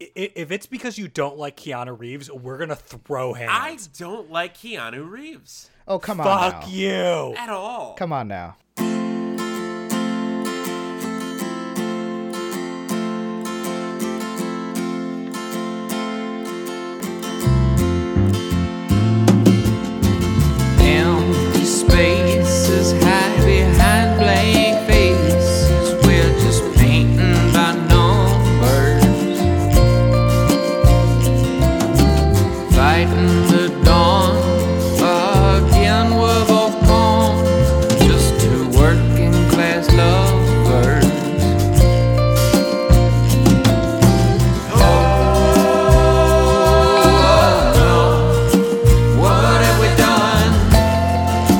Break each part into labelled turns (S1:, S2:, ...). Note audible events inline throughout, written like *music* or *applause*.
S1: i- if it's because you don't like Keanu Reeves, we're gonna throw him.
S2: I don't like Keanu Reeves
S3: Oh, come on.
S1: Fuck
S3: now.
S1: you.
S2: at all.
S3: Come on now.
S4: Empty spaces hide behind blank faces. We're just painting by numbers, fighting the dawn. Again, we're both gone, just two working class lovers. Oh, no, what have we done?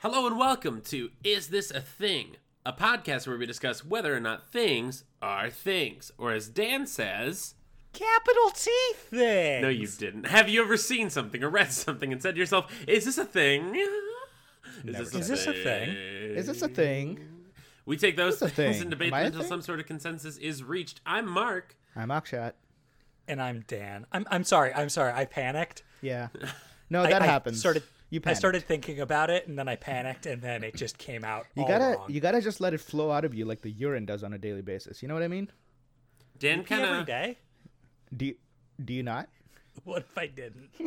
S2: Hello and welcome to Is This a Thing? A podcast where we discuss whether or not things are things. Or as Dan says,
S1: Capital T thing.
S2: no, you didn't. Have you ever seen something or read something and said to yourself, Is this a thing? *laughs* Is this,
S1: Is this a thing?
S3: Is this a thing?
S2: We take those
S3: This is a
S2: things
S3: thing.
S2: and debate
S3: Am I
S2: them
S3: a
S2: until
S3: thing?
S2: some sort of consensus is reached. I'm Mark.
S3: I'm Akshat.
S1: And I'm Dan. I'm I'm sorry. I'm sorry. I panicked. *laughs*
S3: Yeah. No,
S1: I-
S3: Oh, that
S1: I
S3: happens.
S1: Started.
S3: you
S1: I
S3: panicked.
S1: started thinking about it, and then I panicked, and then it just came out.
S3: You
S1: all
S3: gotta,
S1: wrong.
S3: you gotta just let it flow out of you like the urine does on a daily basis. You know what I mean?
S2: Dan
S1: Pee every
S2: kind of.
S1: day. *laughs*
S3: Do, you, do you not?
S1: What if I didn't?
S2: Are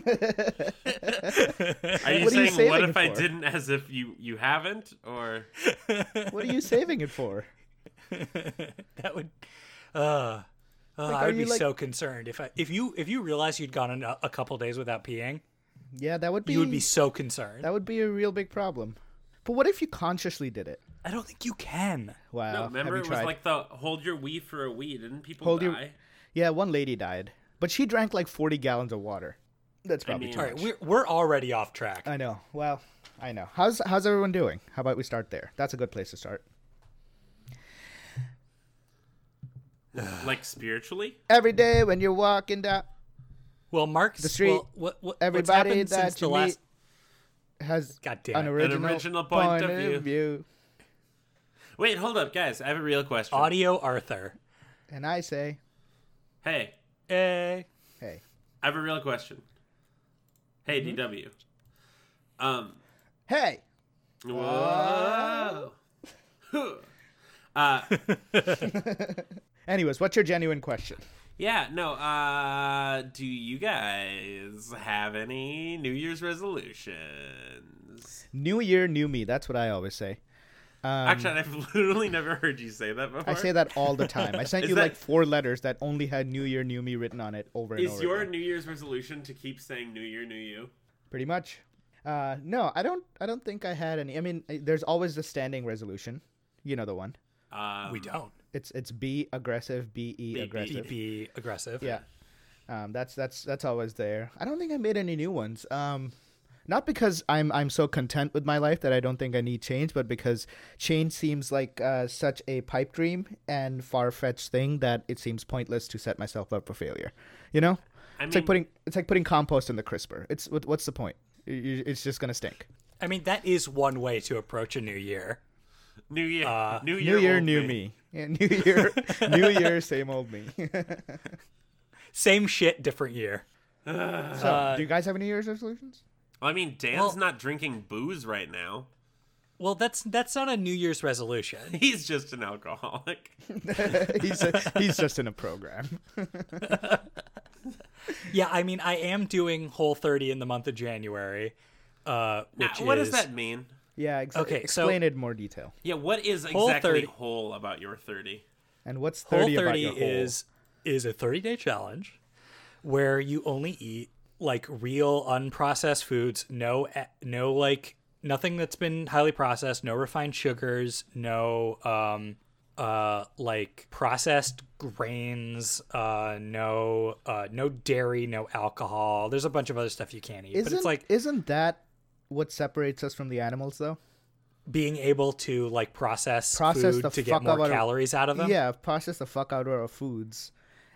S2: you
S3: What are you
S2: saying what
S3: saving
S2: if I
S3: for?"
S2: didn't as if you, you haven't? Or.
S3: What
S1: *laughs*
S3: are you saving it for?
S1: that would uh, uh,
S3: Like,
S1: i
S3: are
S1: would be
S3: you, like-
S1: so concerned if i if you if you realized you'd gone an- a couple days without peeing
S3: Yeah, that would be.
S1: you would be so concerned
S3: That would be a real big problem. But what if you consciously did it?
S1: i don't think you can
S3: Wow.
S2: No,
S3: Uh, have
S2: remember
S3: you
S2: it was
S3: tried?
S2: like the hold your wee for a wee. Didn't people
S3: Hold
S2: die?
S3: your- Yeah, one lady died, but she drank like 40 gallons of water. That's probably
S2: mean-
S3: too
S1: all
S3: much.
S1: right we're, we're already off track
S3: I know. Well, I know. How's how's everyone doing? How about we start there? That's a good place to start.
S2: Like spiritually?
S3: Every day when you're walking down,
S1: well mark's
S3: The street,
S1: well, what, what, what's
S3: everybody
S1: happened
S3: that
S1: since the
S3: you
S1: last
S3: has
S1: God damn
S3: an
S1: it. An
S3: original,
S2: original point of view. Wait, hold up, guys. I have a real question.
S1: audio arthur
S3: And I say,
S2: Hey,
S1: hey
S3: hey,
S2: I have a real question.
S3: Mm-hmm.
S2: Hey, DW. Um.
S3: hey,
S2: Whoa. uh.
S3: Anyways, what's your genuine question?
S2: Yeah. No. Uh. Do you guys have any New Year's resolutions?
S3: New year, new me. That's what I always say.
S2: Actually, I've *laughs* literally never heard you say that before.
S3: Um, I say that all the time.
S2: *laughs*
S3: I sent
S2: Is
S3: you
S2: that-
S3: like four letters that only had new year, new me written on it over and
S2: Is
S3: over.
S2: your
S3: again.
S2: New Year's resolution to keep saying New Year, New You?
S3: pretty much? Uh, no, I don't. I don't think I had any. I mean, I- there's always the standing resolution. You know the one.
S2: Um,
S1: we don't
S3: It's it's be aggressive, be
S2: be-
S3: aggressive.
S1: be aggressive
S3: Yeah, um, that's that's that's always there. I don't think I made any new ones. Um, not because I'm I'm so content with my life that I don't think I need change, but because change seems like uh, such a pipe dream and far fetched thing that it seems pointless to set myself up for failure. You know,
S2: I
S3: it's
S2: mean-
S3: like putting it's like putting compost in the crisper. It's what, what's the point? You- you- It's just gonna stink.
S1: i mean that is one way to approach a new year
S2: New Year, New Year,
S3: Uh, New year,
S2: old
S3: new me. Yeah, new
S2: *laughs*
S3: year, new year, same old me. *laughs*
S1: same shit different year
S3: so,
S2: Uh,
S3: do you guys have any New Year's
S2: *laughs*
S3: resolutions?
S2: Well, I mean, Dan's
S1: Well-
S2: not drinking booze right now.
S1: well that's that's not a new year's resolution *laughs*
S2: He's just an alcoholic.
S3: he's a, he's just in a program.
S1: Yeah, I mean, I am doing Whole 30 in the month of January. Uh, which
S2: Ah, what does
S1: is-
S2: that mean?
S3: Yeah, ex-
S1: Okay, so-
S3: explain it in more detail.
S2: Yeah, what is
S1: Whole
S2: exactly
S1: 30
S2: whole about your 30?
S3: And what's
S1: Whole
S3: 30 about
S1: 30
S3: your whole?
S1: is is a 30 day challenge where you only eat like real unprocessed foods, no a- no like nothing that's been highly processed, no refined sugars, no um uh like processed grains, uh no uh no dairy, no alcohol. There's a bunch of other stuff you can't eat,
S3: isn't,
S1: but it's like
S3: isn't that what separates us from the animals, though?
S1: being able to like process,
S3: Process
S1: food
S3: the
S1: to
S3: fuck
S1: get more
S3: out of-
S1: calories out of them.
S3: Yeah, process the fuck out of our foods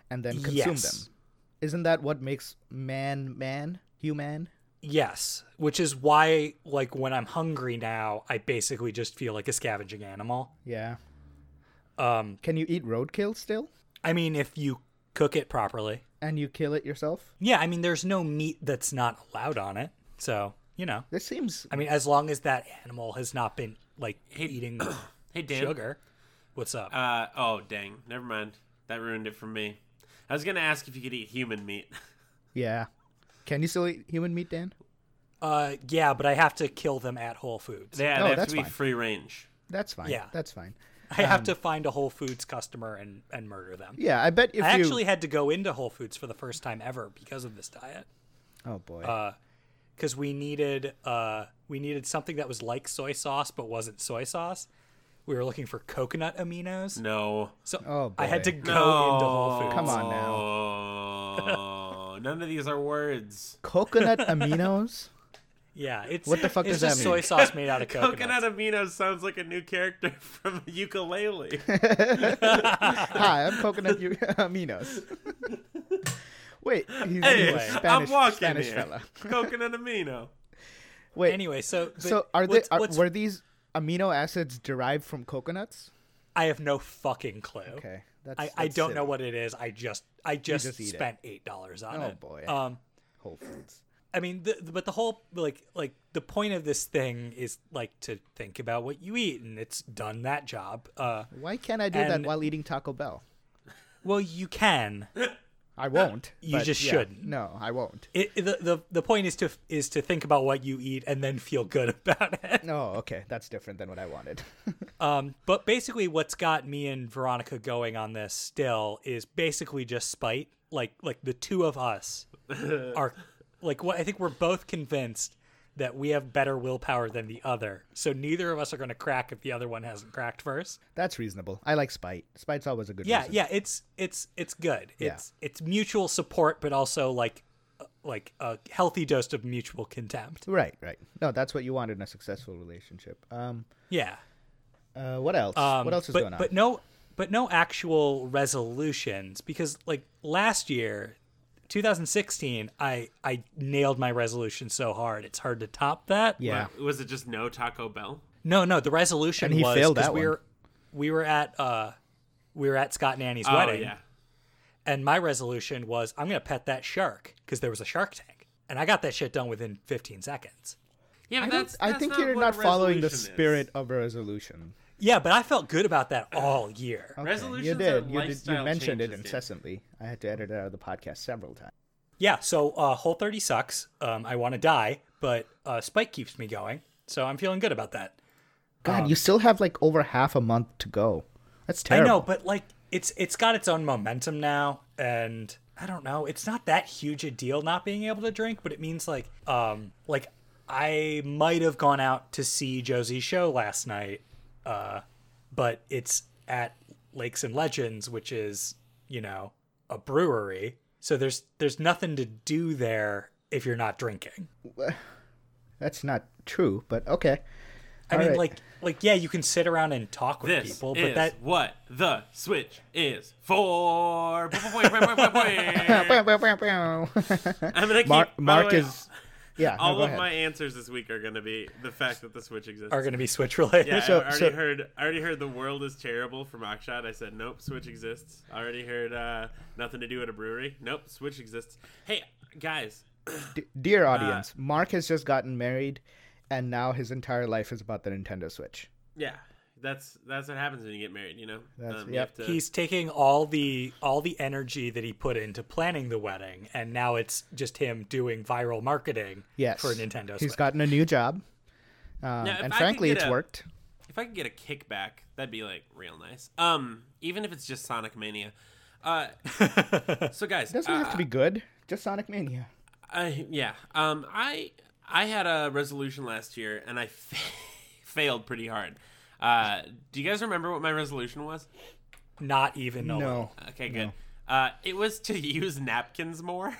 S3: and then consume
S1: Yes.
S3: them. Isn't that what makes man man? Human?
S1: Yes, which is why like when I'm hungry now, I basically just feel like a scavenging animal.
S3: Yeah.
S1: Um,
S3: Can you eat roadkill still?
S1: I mean, if you cook it properly.
S3: And you kill it yourself?
S1: Yeah, I mean, there's no meat that's not allowed on it. So, you know,
S3: This seems.
S1: I mean, as long as that animal has not been, like,
S2: Hey-
S1: eating
S2: Hey, Dan.
S1: sugar. What's up?
S2: Uh, oh, dang. Never mind. That ruined it for me. I was going to ask if you could eat human meat. *laughs*
S3: Yeah. Can you still eat human meat, Dan?
S1: Uh, yeah, but I have to kill them at Whole Foods.
S2: Yeah,
S3: No,
S2: they have
S3: that's
S2: to be
S3: fine.
S2: free range.
S3: That's fine.
S1: Yeah.
S3: That's fine.
S1: I have to find a Whole Foods customer and, and murder them.
S3: Yeah, I bet if
S1: I
S3: you.
S1: actually had to go into Whole Foods for the first time ever because of this diet.
S3: Oh, boy.
S1: Uh, because we needed uh we needed something that was like soy sauce but wasn't soy sauce. We were looking for coconut aminos,
S2: No.
S1: so
S3: Oh,
S1: I had to
S3: boy.
S1: go into Whole Foods.
S3: Come on now.
S2: Oh, none of these are words.
S3: Coconut *laughs* aminos?
S1: yeah, it's
S3: What the fuck
S1: it's
S3: does that
S1: just
S3: mean?
S1: soy sauce made
S2: *laughs*
S1: out of coconut.
S2: Coconut amino sounds like a new character *laughs* from
S3: *laughs*
S2: ukulele.
S3: Hi, I'm coconut u- *laughs* aminos. Wait, he's,
S2: Hey,
S3: he's a
S2: I'm
S3: Spanish,
S2: walking
S3: Spanish
S2: here.
S3: fella. *laughs*
S2: Coconut amino.
S3: Wait,
S1: Anyway, so but
S3: so are they
S1: what's-
S3: are,
S1: what's-
S3: were these amino acids derived from coconuts?
S1: I have no fucking clue.
S3: Okay, that's,
S1: I, I
S3: that's
S1: don't know
S3: silly.
S1: what it is. I just I just,
S3: just eat it.
S1: spent eight dollars on
S3: Oh,
S1: it.
S3: boy.
S1: Um,
S3: Whole Foods.
S1: I mean, the, the- but the whole like like the point of this thing is like to think about what you eat, and it's done that job. Uh,
S3: Why can't I do that
S1: And-
S3: while eating Taco Bell?
S1: well, you can.
S3: I won't.
S1: You
S3: but
S1: just
S3: yeah,
S1: shouldn't.
S3: No, I won't.
S1: It, it- the, the the point is to is to think about what you eat and then feel good *laughs* about it.
S3: No, okay, that's different than what I wanted. *laughs*
S1: Um, but basically, what's got me and Veronica going on this still is basically just spite. Like like the two of us are like what I think we're both convinced that we have better willpower than the other. So neither of us are going to crack if the other one hasn't cracked first.
S3: that's reasonable. I like spite. Spite's always a good.
S1: Yeah,
S3: reason.
S1: yeah, it's it's it's good.
S3: Yeah.
S1: It's it's mutual support, but also like uh, like a healthy dose of mutual contempt.
S3: Right, right. No, that's what you want in a successful relationship. Um,
S1: Yeah.
S3: uh, what else?
S1: Um,
S3: what else is
S1: but,
S3: going on?
S1: But no, but no actual resolutions because like last year, 2016, I I nailed my resolution so hard it's hard to top that.
S3: yeah,
S2: Wa- Was it just no Taco Bell?
S1: No, no, the resolution
S3: And he
S1: was
S3: failed
S1: 'cause
S3: that
S1: we
S3: one.
S1: were we were at uh we were at Scott and Annie's
S2: Oh,
S1: wedding,
S2: yeah.
S1: and my resolution was I'm gonna pet that shark because there was a Shark Tank, and I got that shit done within 15 seconds.
S2: Yeah, but
S3: I,
S2: that's,
S3: don't, I
S2: that's
S3: think
S2: not
S3: you're
S2: what
S3: not
S2: a
S3: following the
S2: resolution is.
S3: spirit of a resolution.
S1: Yeah, but I felt good about that all year.
S3: Okay,
S2: Resolutions
S3: you
S2: are
S3: did. You, did. you
S2: lifestyle
S3: mentioned it
S2: changes, dude.
S3: incessantly. I had to edit it out of the podcast several times.
S1: Yeah, so uh, Whole 30 sucks. Um, I want to die, but uh, Spike keeps me going, so I'm feeling good about that.
S2: Um,
S3: God, you still have like over half a month to go. That's terrible.
S1: I know, but like it's it's got its own momentum now, and I don't know. It's not that huge a deal not being able to drink, but it means like um like I might have gone out to see Josie's show last night, uh, but it's at Lakes and Legends, which is you know a brewery, so there's there's nothing to do there if you're not drinking.
S3: That's not true, but okay.
S1: I
S3: All
S1: mean,
S3: right.
S1: like, like yeah, you can sit around and talk with
S2: This
S1: people,
S2: is
S1: but that
S2: what the Switch is *laughs* for. I'm gonna keep,
S3: Mark,
S2: by the
S3: Mark
S2: way,
S3: is. *laughs* Yeah, no,
S2: All
S3: go
S2: of
S3: ahead.
S2: my answers this week are gonna be the fact that the Switch exists.
S1: are going to be Switch related.
S2: yeah,
S3: so-
S2: I already
S3: so-
S2: heard. I already heard the world is terrible from Akshat. I said nope, Switch exists. I already heard uh, nothing to do at a brewery. Nope, Switch exists. Hey guys,
S3: D-
S2: uh,
S3: dear audience, Mark has just gotten married, and now his entire life is about the Nintendo Switch.
S2: yeah, that's that's what happens when you get married. You know, Um,
S3: That's-
S2: you
S3: yep.
S2: have to-
S1: *laughs* He's taking all the all the energy that he put into planning the wedding, and now it's just him doing viral marketing
S3: Yes,
S1: for Nintendo
S3: He's
S1: Switch.
S3: gotten a new
S2: *laughs*
S3: job, um,
S2: if I
S3: and
S2: could
S3: frankly,
S2: get
S3: it's
S2: a-
S3: worked.
S2: if I could get a kickback, that'd be like real nice. Um, even if it's just Sonic Mania. Uh, so guys, uh,
S3: Doesn't have to be good. Just Sonic Mania.
S2: I yeah. Um, I I had a resolution last year and I *laughs* fa- failed pretty hard. Uh, do you guys remember what my resolution was?
S1: Not even a
S3: No.
S1: little.
S2: Okay, good. Uh, it was to *laughs* use napkins more.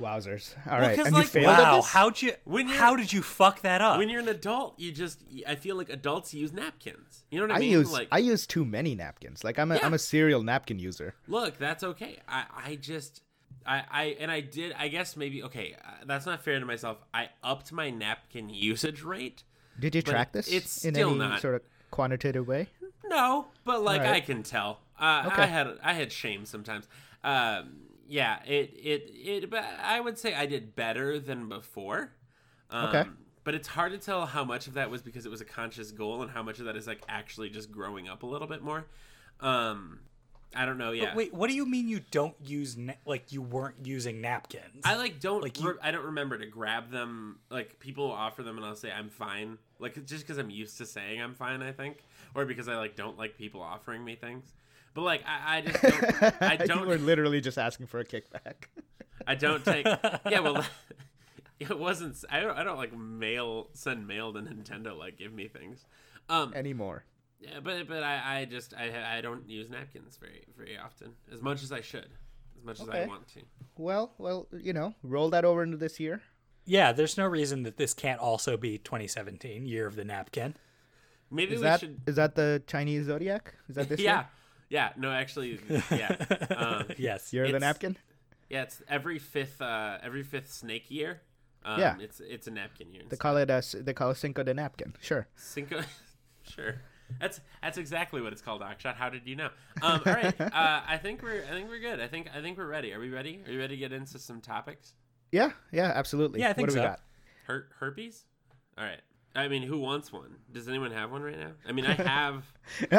S3: Wowzers. All right.
S2: 'cause,
S3: And you
S2: like,
S3: failed at
S1: Wow,
S3: this?
S1: how'd you?
S2: When you're-
S1: how did you fuck that up?
S2: when you're an adult, you just I feel like adults use napkins. You know what I,
S3: I
S2: mean?
S3: use
S2: like
S3: I use too many napkins. Like I'm a
S2: Yeah.
S3: am a serial napkin user.
S2: look that's okay i i just i i and i did i guess maybe okay uh, that's not fair to myself i upped my napkin usage rate
S3: Did you track
S2: it-
S3: this
S2: it's
S3: in
S2: still
S3: any
S2: not-
S3: sort of quantitative way?
S2: No, but like
S3: Alright.
S2: I can tell. Uh,
S3: Okay.
S2: I had I had shame sometimes. Um, yeah, it it it. But I would say I did better than before. Um,
S3: Okay.
S2: But it's hard to tell how much of that was because it was a conscious goal and how much of that is like actually just growing up a little bit more. Um, I don't know. Yeah.
S1: Wait, what do you mean you don't use na- like you weren't using napkins?
S2: I like don't
S1: Like,
S2: like
S1: you-
S2: I don't remember to grab them. Like people offer them and I'll say I'm fine. Like just because I'm used to saying I'm fine, I think, or because I like don't like people offering me things. But like I, I just don't. I
S3: *laughs* you were
S2: don't.
S3: literally just asking for a kickback. *laughs*
S2: I don't take. Yeah, well, *laughs* it wasn't. I don't. I don't like mail. Send mail to Nintendo. Like give me things. Um,
S3: Anymore.
S2: yeah, but but I, I just I I don't use napkins very very often as much as I should, as much as I
S3: Okay.
S2: want to.
S3: Well, well, you know, roll that over into this year.
S1: yeah, there's no reason that this can't also be 2017, year of the
S3: *laughs*
S1: napkin.
S2: Maybe
S3: Is
S2: we
S3: that is
S2: should.
S3: that the Chinese zodiac? Is that this
S2: *laughs* Yeah.
S3: year?
S2: Yeah. No, actually, yeah.
S3: *laughs*
S2: Um,
S1: Yes.
S3: Year of the
S2: It's-
S3: napkin?
S2: yeah, it's every fifth, uh, every fifth snake year. Um,
S3: Yeah.
S2: It's it's a napkin year.
S3: They call it a, s- they call it Cinco de Napkin. Sure.
S2: Cinco. *laughs* sure. That's that's exactly what it's called, Akshat. How did you know? Um, all
S3: *laughs*
S2: right. Uh, I think we're I think we're good. I think I think we're ready. Are we ready? Are you ready to get into some topics?
S3: Yeah, yeah, absolutely.
S1: Yeah, I think
S3: what do
S1: so.
S3: we got?
S2: Her- herpes. All right. I mean, who wants one? Does anyone have one right now? I mean,
S3: *laughs*
S2: I have.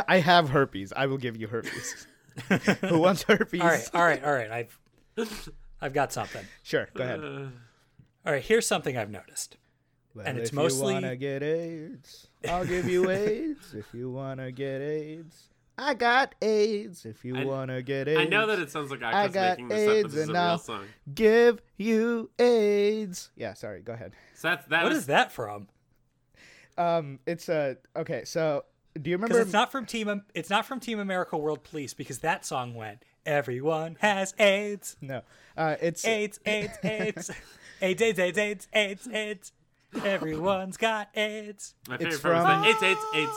S3: I have herpes. I will give you
S2: *laughs*
S3: herpes. *laughs* Who wants herpes?
S1: All
S3: *laughs*
S1: right, all right, all right. I've I've got something.
S3: Sure, go ahead.
S2: Uh,
S1: All right, here's something I've noticed.
S3: Well,
S1: and it's
S3: if
S1: mostly-
S3: you wanna get AIDS, I'll give you AIDS. if you wanna get AIDS, I got AIDS. If you
S2: I-
S3: wanna get AIDS,
S2: I know that it sounds like
S3: I
S2: Akshat's
S3: got
S2: making this up, but this
S3: AIDS
S2: is a
S3: and now-
S2: real song.
S3: give you AIDS. Yeah, sorry. Go ahead.
S2: So that's that
S1: What
S3: Uh,
S2: was
S1: is that from?
S3: Um, it's a okay. So do you remember?
S1: Because it's not from Team. Am- It's not from Team America World Police because that song went. Everyone has AIDS.
S3: no, uh, it's
S1: AIDS. AIDS.
S3: *laughs*
S1: AIDS. AIDS. AIDS. AIDS. AIDS. AIDS. AIDS. Everyone's got AIDS.
S2: My
S3: It's
S2: favorite part was
S3: from-
S2: like, it's it's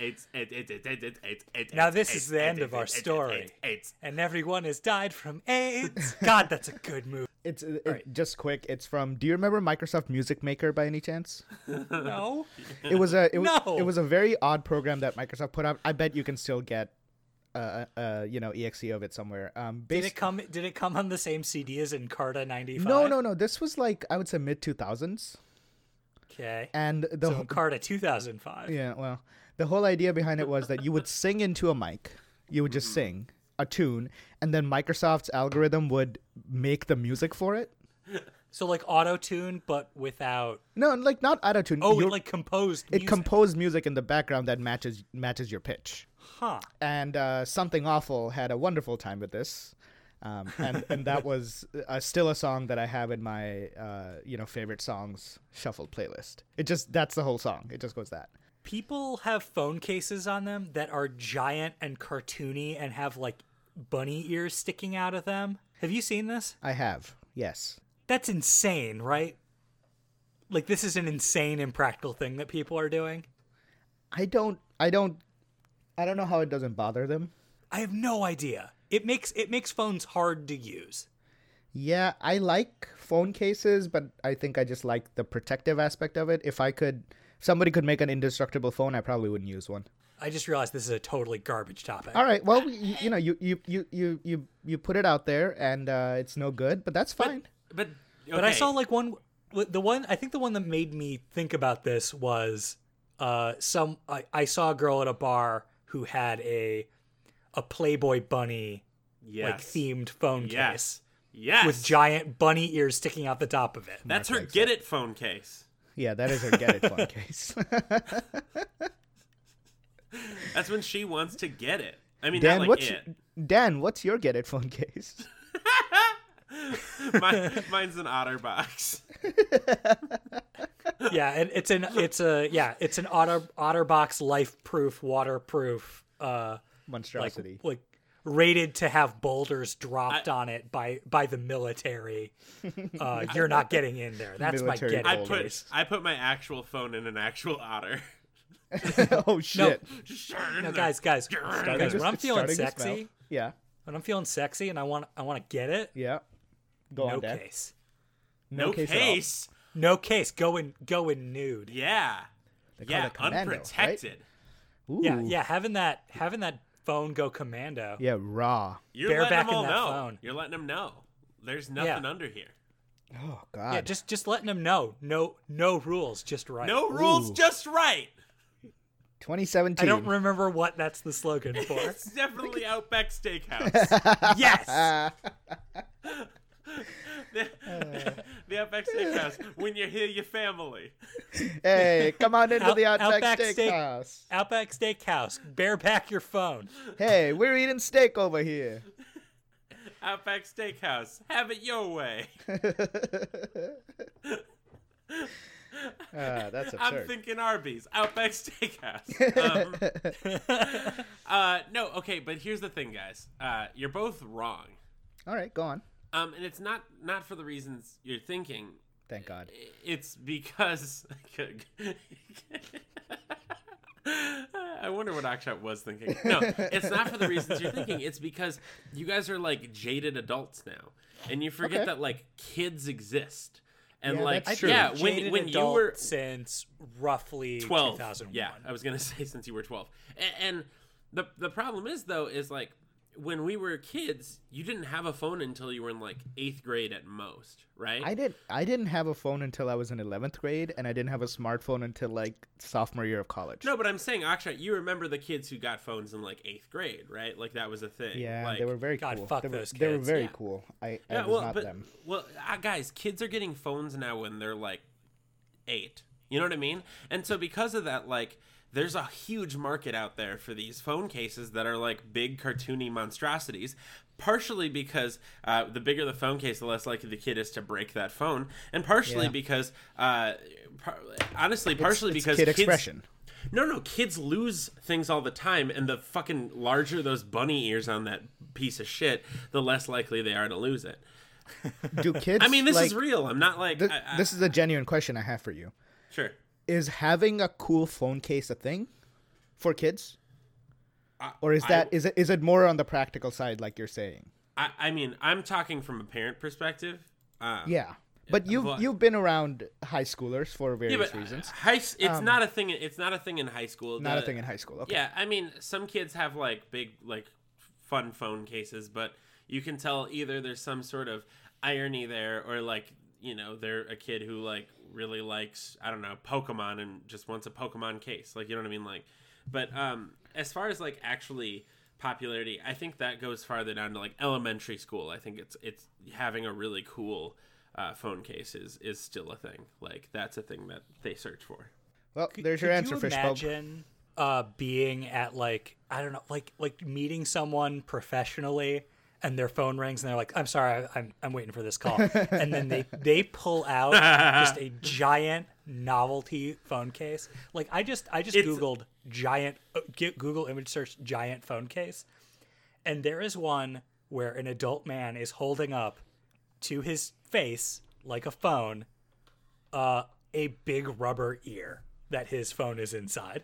S2: it's it's it's it's it's it's it's it's it's
S1: Now
S2: it's,
S1: this
S2: it's,
S1: is the
S2: it's,
S1: end
S2: it's,
S1: of our
S2: it's, it's,
S1: story.
S2: it's, it's,
S1: And everyone has died from
S3: *laughs*
S1: AIDS. God, that's a good movie.
S3: it's it, just quick. It's from. Do you remember Microsoft Music Maker by any
S1: *laughs*
S3: chance?
S1: No.
S3: It was a it, was
S1: No.
S3: it was a very odd program that Microsoft put out. I bet you can still get. Uh, uh, you know, exe of it somewhere. Um,
S1: Did
S3: basi-
S1: it come? Did it come on the same CD as Encarta '95?
S3: No, no, no. This was like I would say mid two thousands,
S1: Okay.
S3: and the
S1: So
S3: whole
S1: Encarta 2005.
S3: um, yeah, well, the whole idea behind it was that you would sing into a mic, you would
S1: Mm-hmm.
S3: just sing a tune, and then Microsoft's algorithm would make the music for it.
S1: So like auto tune, but without.
S3: No, like not auto tune.
S1: Oh, it like composed.
S3: it
S1: music.
S3: composed music in the background that matches matches your pitch.
S1: Huh.
S3: and uh, something awful had a wonderful time with this um, and,
S1: *laughs*
S3: and that was uh, still a song that i have in my uh, you know favorite songs shuffled playlist it just that's the whole song it just goes that
S1: People have phone cases on them that are giant and cartoony and have like bunny ears sticking out of them. Have you seen this?
S3: i have yes
S1: That's insane, right? Like this is an insane impractical thing that people are doing.
S3: i don't i don't i don't know how it doesn't bother them
S1: I have no idea. It makes it makes phones hard to use.
S3: yeah i like phone cases but i think i just like the protective aspect of it if i could if somebody could make an indestructible phone i probably wouldn't use one
S1: I just realized this is a totally garbage topic.
S3: all right well you, you know you, you you you you you put it out there and uh, it's no good but that's fine
S2: but okay.
S1: But I saw like one, the one I think the one that made me think about this was uh some I, I saw a girl at a bar who had a a Playboy bunny
S2: yes.
S1: like themed phone
S2: Yes.
S1: case
S2: yes
S1: with giant bunny ears sticking out the top of it.
S2: That's her get it phone case.
S3: Yeah, that is her get it
S1: *laughs*
S3: phone case.
S2: That's when she wants to get it. I mean,
S3: Dan,
S2: not like
S3: what's
S2: it.
S3: Dan, what's your get it phone case? *laughs*
S2: *laughs*
S1: *laughs*
S2: Mine, mine's an OtterBox.
S1: yeah, and it's
S2: *laughs*
S1: an it's a yeah it's an otter OtterBox life proof waterproof uh like
S3: Monstrosity.
S1: like rated to have boulders dropped on it by by the military. Uh, you're not getting in there. That's my
S3: Military
S1: get
S2: I
S1: it
S3: boulders.
S2: put
S1: case.
S2: I put my actual phone in an actual otter.
S3: *laughs*
S2: *laughs*
S3: oh shit.
S1: No, guys, guys,
S2: Starting
S1: guys.
S2: to-
S1: When I'm
S3: It's
S1: feeling
S3: starting to smell.
S1: sexy,
S3: Yeah.
S1: when I'm feeling sexy, and I want, I want to get it.
S3: Yeah. Go
S1: No
S3: on, Dan.
S1: case.
S2: No
S3: case
S2: case.
S3: at all.
S1: No case. Go in, go in nude.
S2: Yeah.
S3: call
S2: Yeah.
S3: that commando, right?
S2: Unprotected.
S3: Ooh.
S1: Yeah, yeah. Having that having that phone go commando.
S3: Yeah, raw.
S2: You're
S1: Bear
S2: letting
S1: back
S2: them all
S1: in that
S2: know.
S1: phone.
S2: You're letting them know. There's nothing under here.
S3: Oh god.
S1: Yeah, just just letting them know. No no rules, just right.
S2: No rules,
S3: Ooh.
S2: just right.
S3: 2017.
S1: I don't remember what that's the slogan
S3: *laughs*
S1: for. *laughs*
S2: It's definitely Outback Steakhouse. *laughs*
S3: *laughs*
S1: yes.
S3: Ah,
S2: the, the Outback Steakhouse. When you hear your family.
S3: hey, come on into
S1: Out-
S3: the Outback,
S1: Outback Steak-
S3: Steakhouse.
S1: Outback Steakhouse, bear back your phone.
S3: Hey, we're eating steak over here.
S2: Outback Steakhouse. Have it your way.
S3: Ah, that's
S2: *laughs*
S3: absurd.
S2: I'm thinking Arby's, Outback Steakhouse. Um, *laughs* uh, no, okay, but here's the thing, guys. Uh, you're both wrong,
S3: All right, go on.
S2: um, and it's not not for the reasons you're thinking.
S3: Thank God.
S2: It's because I wonder what Akshat was thinking. No, it's not for the reasons you're thinking. It's because you guys are like jaded adults now, and you forget
S3: Okay.
S2: that like kids exist. And
S3: Yeah,
S2: like
S3: that's true.
S2: yeah,
S1: I've been a
S2: when
S1: jaded
S2: when you
S1: adult
S2: were
S1: since roughly
S2: 12
S1: 2001.
S2: yeah i was gonna *laughs* say since you were 12 A- and, the the problem is though is like when we were kids you didn't have a phone until you were in like eighth grade at most right
S3: I didn't. I didn't have a phone until I was in eleventh grade, and I didn't have a smartphone until like sophomore year of college.
S2: no but i'm saying akshat you remember the kids who got phones in like eighth grade right like that was a thing
S3: Yeah,
S2: like,
S3: they were very
S1: God,
S3: cool.
S1: fuck
S3: they, were,
S1: those
S3: they were
S1: kids,
S3: very
S2: yeah.
S3: cool. I, I
S2: yeah
S3: was
S2: well
S3: not
S2: but
S3: them.
S2: well uh, guys kids are getting phones now when they're like eight you know what i mean and so because of that like there's a huge market out there for these phone cases that are like big cartoony monstrosities partially because uh, the bigger the phone case the less likely the kid is to break that phone and partially
S3: Yeah.
S2: because uh, par- honestly partially
S3: it's
S2: because
S3: kid
S2: kids-
S3: expression.
S2: no, no, kids lose things all the time, and the fucking larger those bunny ears on that piece of shit, the less likely they are to lose it. *laughs*
S3: Do kids?
S2: I mean, this is
S3: like,
S2: real. I'm not like
S3: th-
S2: I- I-
S3: this is a genuine question I have for you.
S2: sure.
S3: Is having a cool phone case a thing for kids,
S2: I-
S3: or is
S2: I-
S3: that is it is it more on the practical side, like you're saying?
S2: I, I mean, I'm talking from a parent perspective. Uh,
S3: Yeah, but you've
S2: but-
S3: you've been around high schoolers for
S2: yeah,
S3: various
S2: but
S3: reasons. Um,
S2: high. s- It's not a thing. It's not a thing in high school.
S3: Not a
S2: The-
S3: thing in high school. Okay.
S2: Yeah, I mean, some kids have like big, like fun phone cases, but you can tell either there's some sort of irony there, or like you know they're a kid who like really likes I don't know Pokemon and just wants a Pokemon case. Like you know what I mean? Like, but um, as far as like actually popularity, I think that goes farther down to like elementary school. I think it's it's having a really cool. Uh, phone case is, is still a thing. Like that's a thing that they search for.
S3: Well,
S1: Could-
S3: there's your
S1: could
S3: answer,
S1: you
S3: Fishbowl.
S1: imagine uh, being at like I don't know, like like meeting someone professionally, and their phone rings, and they're like, "I'm sorry, I- I'm I'm waiting for this
S3: *laughs*
S1: call," and then they they pull out just a giant novelty phone case. Like I just I just
S2: It's-
S1: googled giant uh, G- Google image search giant phone case, and there is one where an adult man is holding up to his face like a phone uh, a big rubber ear that his phone is inside.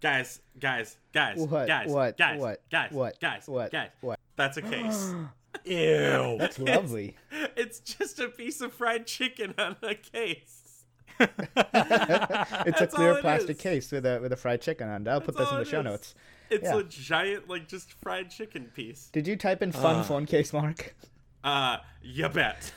S2: Guys, guys, guys,
S3: What?
S2: guys,
S3: What?
S2: guys,
S3: What?
S2: guys,
S3: What?
S2: guys,
S3: What?
S2: guys.
S3: What?
S2: That's a case.
S3: *gasps*
S1: Ew.
S3: *laughs*
S2: *laughs*
S3: That's lovely.
S2: it's just a piece of fried chicken on a case.
S3: It's a
S2: That's all
S3: clear
S2: it
S3: plastic
S2: is.
S3: case with a with a fried chicken on. it. I'll put
S2: That's
S3: this in
S2: all
S3: the
S2: it
S3: show
S2: is.
S3: notes.
S2: It's
S3: Yeah.
S2: a giant, like, just fried chicken piece.
S3: Did you type in fun phone case, Mark?
S2: Uh, you bet.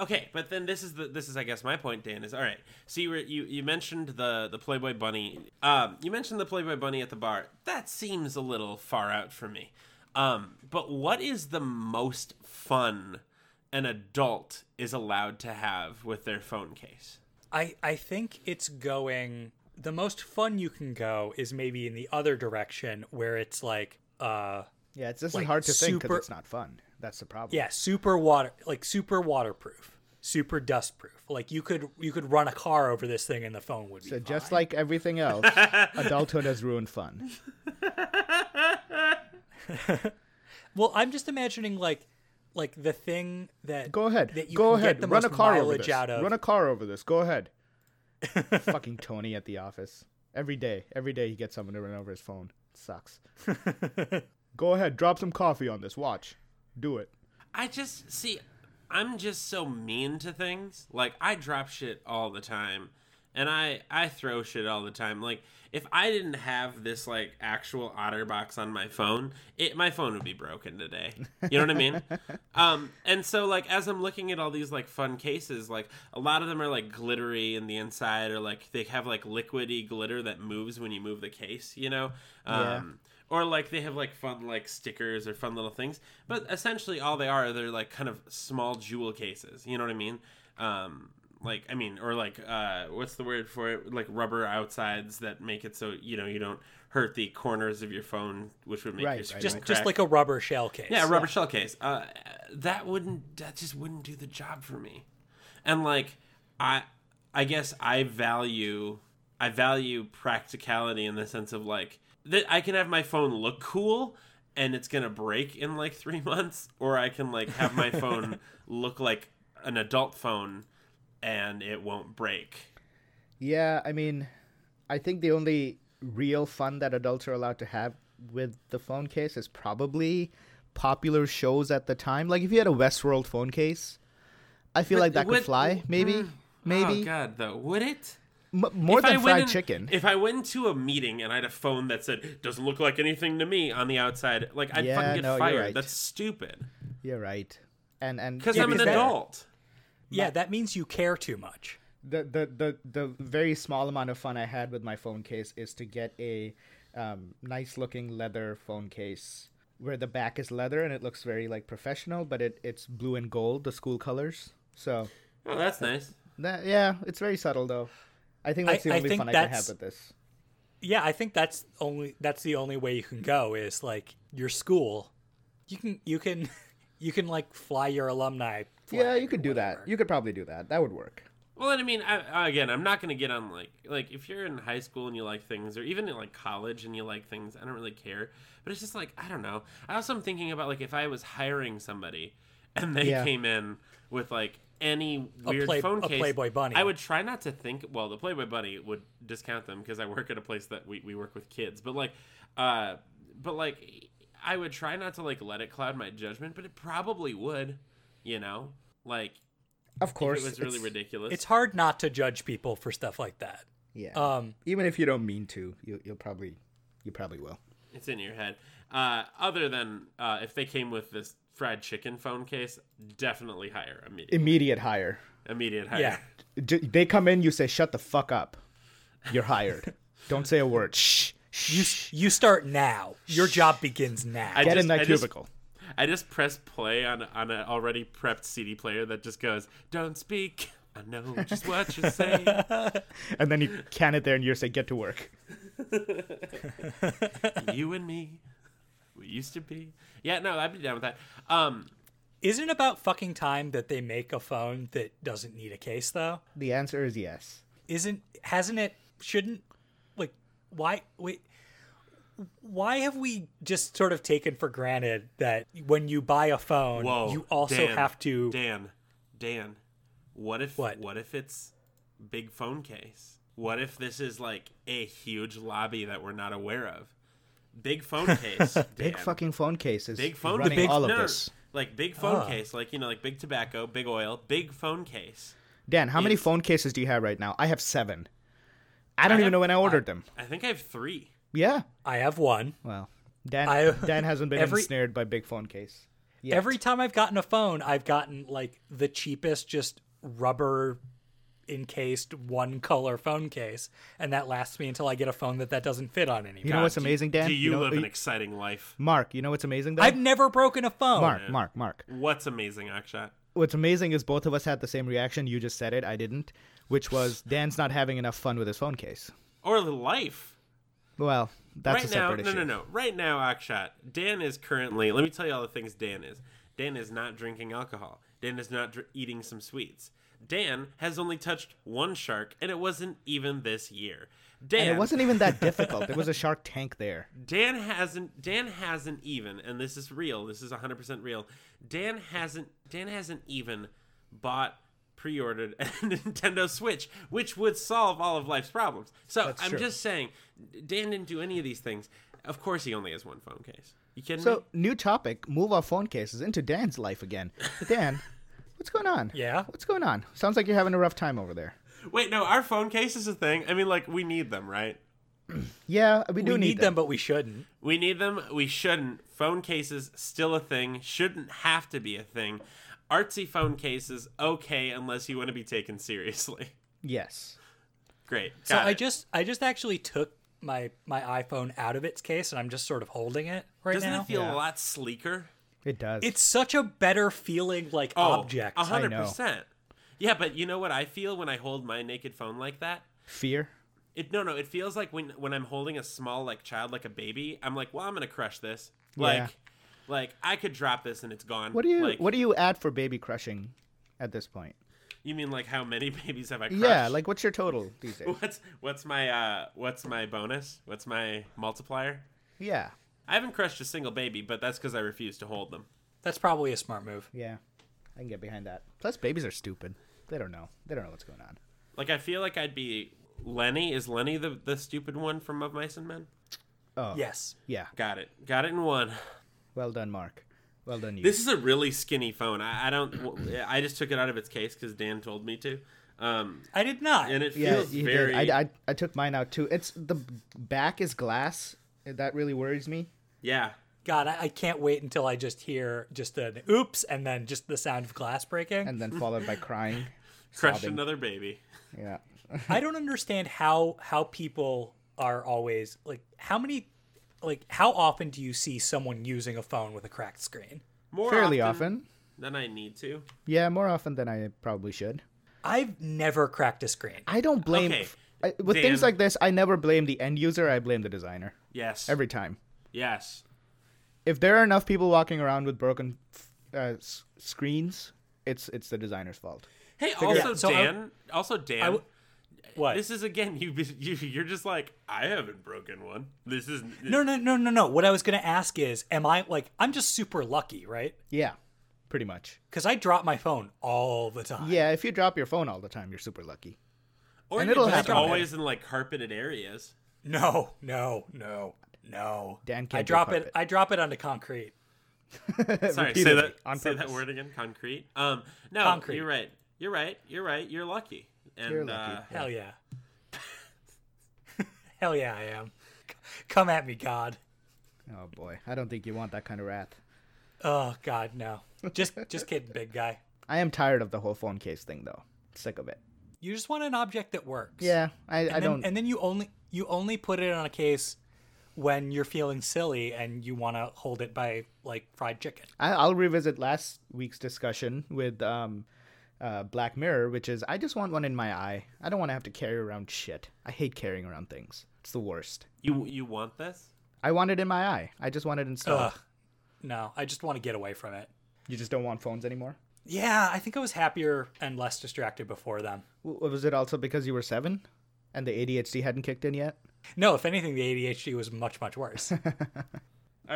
S2: okay, but then this is the this is I guess my point, Dan, is all right. So you were you, you mentioned the the Playboy Bunny. Um, you mentioned the Playboy Bunny at the bar. That seems a little far out for me. Um, but what is the most fun an adult is allowed to have with their phone case?
S1: I, I think it's going the most fun you can go is maybe in the other direction where it's like uh
S3: Yeah, it's this
S1: Like,
S3: is hard to think
S1: super-
S3: because it's not fun. That's the problem.
S1: yeah, super water like super waterproof, super dustproof. Like you could you could run a car over this thing and the phone would be
S3: So
S1: fine.
S3: just like
S2: *laughs*
S3: everything else, adulthood has ruined fun.
S1: Well, I'm just imagining like like the thing that
S3: Go ahead.
S1: that you
S3: Go
S1: can
S3: ahead.
S1: get the
S3: Run a
S1: most
S3: car over
S1: mileage
S3: this.
S1: out of
S3: Run a car over this. Go ahead. Fucking Tony at the office. Every day, every day he gets someone to run over his phone. sucks. Go ahead. Drop some coffee on this. Watch. Do it.
S2: I just see I'm just so mean to things. Like I drop shit all the time and I I throw shit all the time. Like if I didn't have this like actual OtterBox on my phone, it my phone would be broken today. You know what I mean? um, and so like as I'm looking at all these like fun cases, like a lot of them are like glittery in the inside, or like they have like liquidy glitter that moves when you move the case. You know? Um, Or like they have like fun like stickers or fun little things, but essentially all they are they're like kind of small jewel cases. You know what I mean? Um, like I mean, or like uh, what's the word for it? Like rubber outsides that make it so you know you don't hurt the corners of your phone, which would make
S3: Right,
S2: your
S3: right,
S2: screen
S3: right.
S1: Just
S2: crack.
S1: just like a rubber shell case.
S2: yeah, a rubber shell case. Uh, that wouldn't that just wouldn't do the job for me. And like I, I guess I value I value practicality in the sense of like that I can have my phone look cool and it's gonna break in like three *laughs* months, or I can like have my *laughs* phone look like an adult phone and it won't break.
S3: Yeah, I mean, I think the only real fun that adults are allowed to have with the phone case is probably popular shows at the time. Like if you had a Westworld phone case, I feel
S2: But
S3: like that could
S2: would-
S3: fly. Maybe,
S2: Mm. Oh
S3: maybe
S2: God, though, would it?
S3: M- more
S2: If I
S3: than
S2: went
S3: fried
S2: in-
S3: chicken.
S2: If I went to a meeting and I had a phone that said "doesn't look like anything to me" on the outside, like I'd
S3: Yeah,
S2: fucking get
S3: no, you're
S2: fired.
S3: right.
S2: That's stupid.
S3: You're right. And and
S2: Because
S3: yeah,
S2: I'm an
S3: that-
S2: adult.
S1: Yeah, that means you care too much.
S3: the, the the the very small amount of fun I had with my phone case is to get a um, nice looking leather phone case where the back is leather and it looks very like professional, but it, it's blue and gold, the school colors. So
S2: Oh, that's nice.
S3: that yeah, it's very subtle though. I think
S1: I-
S3: that's the
S1: I
S3: only
S1: think
S3: fun I can
S1: that's-
S3: have with this.
S1: Yeah, I think that's only that's the only way you can go is like your school. You can you can *laughs* you can like fly your alumni.
S3: Yeah,
S1: flag
S3: you
S1: or
S3: could do that.
S1: whatever.
S3: You could probably do that. That would work.
S2: Well, and I mean, I, again, I'm not gonna get on like like if you're in high school and you like things, or even in like college and you like things. I don't really care, but it's just like I don't know. I also am thinking about like if I was hiring somebody and they
S3: Yeah.
S2: came in with like any
S1: A
S2: weird
S1: play-
S2: phone
S1: a
S2: case,
S1: Playboy bunny.
S2: I would try not to think. Well, the Playboy bunny would discount them because I work at a place that we we work with kids, but like, uh, but like I would try not to like let it cloud my judgment, but it probably would, you know, like.
S3: Of
S2: If
S3: course,
S2: it was really
S3: it's-
S2: ridiculous.
S1: It's hard not to judge people for stuff like that.
S3: Yeah,
S1: Um,
S3: even if you don't mean to, you you'll probably you probably will.
S2: It's in your head. Uh, other than uh, if they came with this fried chicken phone case, definitely hire immediate
S3: Immediate hire.
S2: immediate hire.
S1: yeah.
S3: J- they come in, you say, "Shut the fuck up." You're hired. Don't say
S2: *laughs*
S3: a word. Shh.
S1: You s- you start now. Your job begins now.
S2: I
S3: Get
S2: just-
S3: in that
S2: I just-
S3: cubicle.
S2: *laughs* I just press play on on an already prepped CD player that just goes, "Don't speak. I know just what you say."
S3: And then you can it there, and you say, "Get to work."
S2: you and me, we used to be. Yeah, no, I'd be down with that. Um,
S1: Isn't it about fucking time that they make a phone that doesn't need a case though?
S3: The answer is yes.
S1: Isn't hasn't it shouldn't like why wait why have we just sort of taken for granted that when you buy a phone
S2: whoa,
S1: you also
S2: Dan,
S1: have to
S2: Dan, Dan, what if
S1: What?
S2: what if it's big phone case? What if this is like a huge lobby that we're not aware of? Big
S3: *laughs*
S2: phone case.
S3: Big
S2: Dan.
S3: fucking phone cases.
S2: big phone
S3: running
S2: case.
S3: all of
S2: No, no, no.
S3: this.
S2: Like big phone
S1: Ah.
S2: case, like you know, like big tobacco, big oil, big phone case.
S3: Dan, how many
S2: It's-
S3: phone cases do you have right now? I have seven. I don't
S2: I
S3: even
S2: have-
S3: know when I ordered them.
S2: I think I have three.
S3: Yeah.
S1: I have one.
S3: Well, Dan,
S1: I-
S3: *laughs* Dan hasn't been
S1: Every-
S3: ensnared by big phone case. Yeah.
S1: Every time I've gotten a phone, I've gotten like the cheapest just rubber encased one color phone case and that lasts me until I get a phone that that doesn't fit on anymore.
S3: you know what's
S2: do-
S3: amazing, Dan?
S2: Do you,
S3: know-
S2: live an exciting life?
S3: Mark? You know what's amazing? Though?
S1: I've never broken a
S2: Oh,
S1: phone.
S3: Mark, Mark, Mark.
S2: What's amazing, Akshat?
S3: What's amazing is both of us had the same reaction. You just said it. I didn't, which was Dan's not having enough fun with his phone case.
S2: Or life?
S3: Well, that's a
S2: right now,
S3: separate
S2: no,
S3: issue.
S2: no, no. Right now, Akshat, Dan is currently. Let me tell you all the things Dan is. Dan is not drinking alcohol. Dan is not dr- eating some sweets. Dan has only touched one shark, and it wasn't even this year. Dan,
S3: And it wasn't even *laughs* that difficult. There was a Shark Tank there.
S2: Dan hasn't. Dan hasn't even, and this is real. This is 100 percent real. Dan hasn't. Dan hasn't even bought, pre-ordered a *laughs* Nintendo Switch, which would solve all of life's problems. So I'm
S3: true.
S2: just saying, Dan didn't do any of these things. Of course, he only has one phone case. You kidding me?
S3: So, new topic. Move our phone cases into Dan's life again. Dan, what's going on?
S1: Yeah?
S3: What's going on? Sounds like you're having a rough time over there.
S2: Wait, no, our phone case is a thing. I mean, like we need them, right?
S3: Yeah, we do
S1: We
S3: need,
S1: need them, but we shouldn't.
S2: We need them. We shouldn't. Phone cases still a thing. Shouldn't have to be a thing. Artsy phone cases okay unless you want to be taken seriously. *laughs*
S3: Yes.
S2: Great.
S1: So
S2: got
S1: I
S2: it.
S1: just I just actually took my my iPhone out of its case and I'm just sort of holding it right
S2: doesn't
S1: now.
S2: it feel
S3: Yeah.
S2: a lot sleeker?
S3: It does.
S1: it's such a better feeling like
S2: Oh,
S1: object.
S2: A hundred
S3: I know.
S2: percent. Yeah, but you know what I feel when I hold my naked phone like that?
S3: fear.
S2: It no no, it feels like when when I'm holding a small like child like a baby, I'm like, well, I'm gonna crush this. Like
S3: Yeah.
S2: like I could drop this and it's gone.
S3: What do you
S2: like,
S3: What do you add for baby crushing at this point?
S2: you mean like how many *laughs* babies have I crushed?
S3: Yeah, like what's your total these days?
S2: *laughs* what's what's my uh what's my bonus? What's my multiplier?
S3: yeah,
S2: I haven't crushed a single baby, but that's because I refuse to hold them.
S1: That's probably a smart move.
S3: yeah, I can get behind that. Plus, babies are stupid. They don't know. They don't know what's going on.
S2: Like I feel like I'd be Lenny. Is Lenny the the stupid one from Of Mice and Men?
S3: Oh,
S1: Yes.
S3: yeah.
S2: Got it. Got it in one.
S3: Well done, Mark. Well done, you.
S2: This is a really skinny phone. I, I don't. I just took it out of its case because Dan told me to. Um,
S1: I did not.
S2: and it
S3: yeah,
S2: feels
S3: you
S2: very.
S3: did. I, I I took mine out too. It's the back is glass. That really worries me.
S2: yeah.
S1: God, I, I can't wait until I just hear just an oops and then just the sound of glass breaking.
S3: And *laughs* then followed by crying.
S2: Crushed
S3: Sobbing.
S2: another baby.
S3: Yeah.
S1: I don't understand how how people are always like how many like how often do you see someone using a phone with a cracked screen?
S2: More
S3: Fairly often.
S2: than I need to.
S3: Yeah, more often than I probably should.
S1: I've never cracked a screen.
S3: I don't blame
S2: Okay,
S3: I, with things
S2: Dan.
S3: like this. I never blame the end user. I blame the designer
S2: Yes.
S3: every time.
S2: yes.
S3: If there are enough people walking around with broken uh, s- screens, it's it's the designer's fault.
S2: Hey, also
S1: out- so I-
S3: um,
S2: Dan. also Dan.
S1: I w- What?
S2: this is again. You, you you're just like I haven't broken one. This is
S1: no, no, no, no, no. What I was gonna ask is, am I like I'm just super lucky, right?
S3: Yeah, pretty much.
S1: Because I drop my phone all the time.
S3: Yeah, if you drop your phone all the time, you're super lucky.
S2: Or
S3: and
S2: you're
S3: it'll
S2: just
S3: happen.
S2: always in like carpeted areas.
S1: No, no, no, no.
S3: Dan
S1: I
S3: can't do
S1: drop it.
S3: carpet.
S1: I drop it onto concrete.
S2: Sorry, say
S3: Repeatedly,
S2: that.
S3: on
S2: say that
S3: purpose.
S2: word again. Concrete. Um. No,
S1: Concrete.
S2: you're right. You're right. You're right. You're lucky. And,
S3: You're lucky.
S2: Uh,
S1: Hell yeah. *laughs* Hell yeah, I am. C- Come at me, God.
S3: Oh boy, I don't think you want that kind of wrath.
S1: Oh God, no. Just,
S3: *laughs*
S1: just kidding, big guy.
S3: I am tired of the whole phone case thing, though. Sick of it.
S1: You just want an object that works.
S3: Yeah, I, I
S1: and then,
S3: don't.
S1: And then you only you only put it on a case when you're feeling silly and you want to hold it by like fried chicken.
S3: I, I'll revisit last week's discussion with um, uh, Black Mirror, which is I just want one in my eye. I don't want to have to carry around shit. I hate carrying around things. It's the worst.
S2: You you want this?
S3: I want it in my eye. I just want it installed.
S1: Ugh. No, I just want to get away from it.
S3: You just don't want phones anymore.
S1: Yeah, I think I was happier and less distracted before them.
S3: W- Was it also because you were seven, and the ADHD hadn't kicked in yet?
S1: No, if anything, the ADHD was much much worse.
S2: All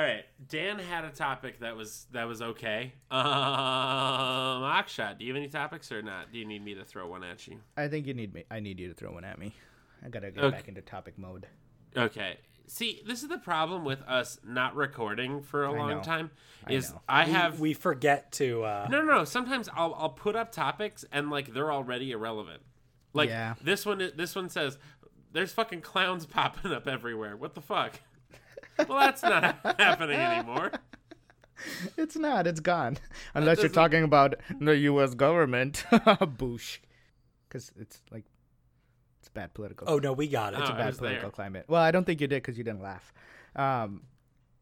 S2: right. Dan had a topic that was that was okay. *laughs* Um, Akshat, do you have any topics or not? Do you need me to throw one at you?
S3: I think you need me. I need you to throw one at me. I gotta get
S2: Okay.
S3: back into topic mode.
S2: Okay. See, this is the problem with us not recording for a long
S3: know.
S2: time.
S3: I
S2: Is
S3: know.
S2: I, have
S1: we forget to. Uh,
S2: no, no, no. Sometimes I'll I'll put up topics and like they're already irrelevant. Like
S3: Yeah.
S2: this one this one says there's fucking clowns popping up everywhere. What the fuck? well, that's not *laughs* happening anymore.
S3: *laughs* It's not. It's gone. *laughs* Unless you're
S2: doesn't-
S3: talking about the U.S. government, *laughs* boosh, because it's like it's bad political.
S1: Oh no, we got it.
S2: Oh,
S3: it's a
S2: I
S3: bad
S2: was there.
S3: political climate. Well, I don't think you did because you didn't laugh. Um,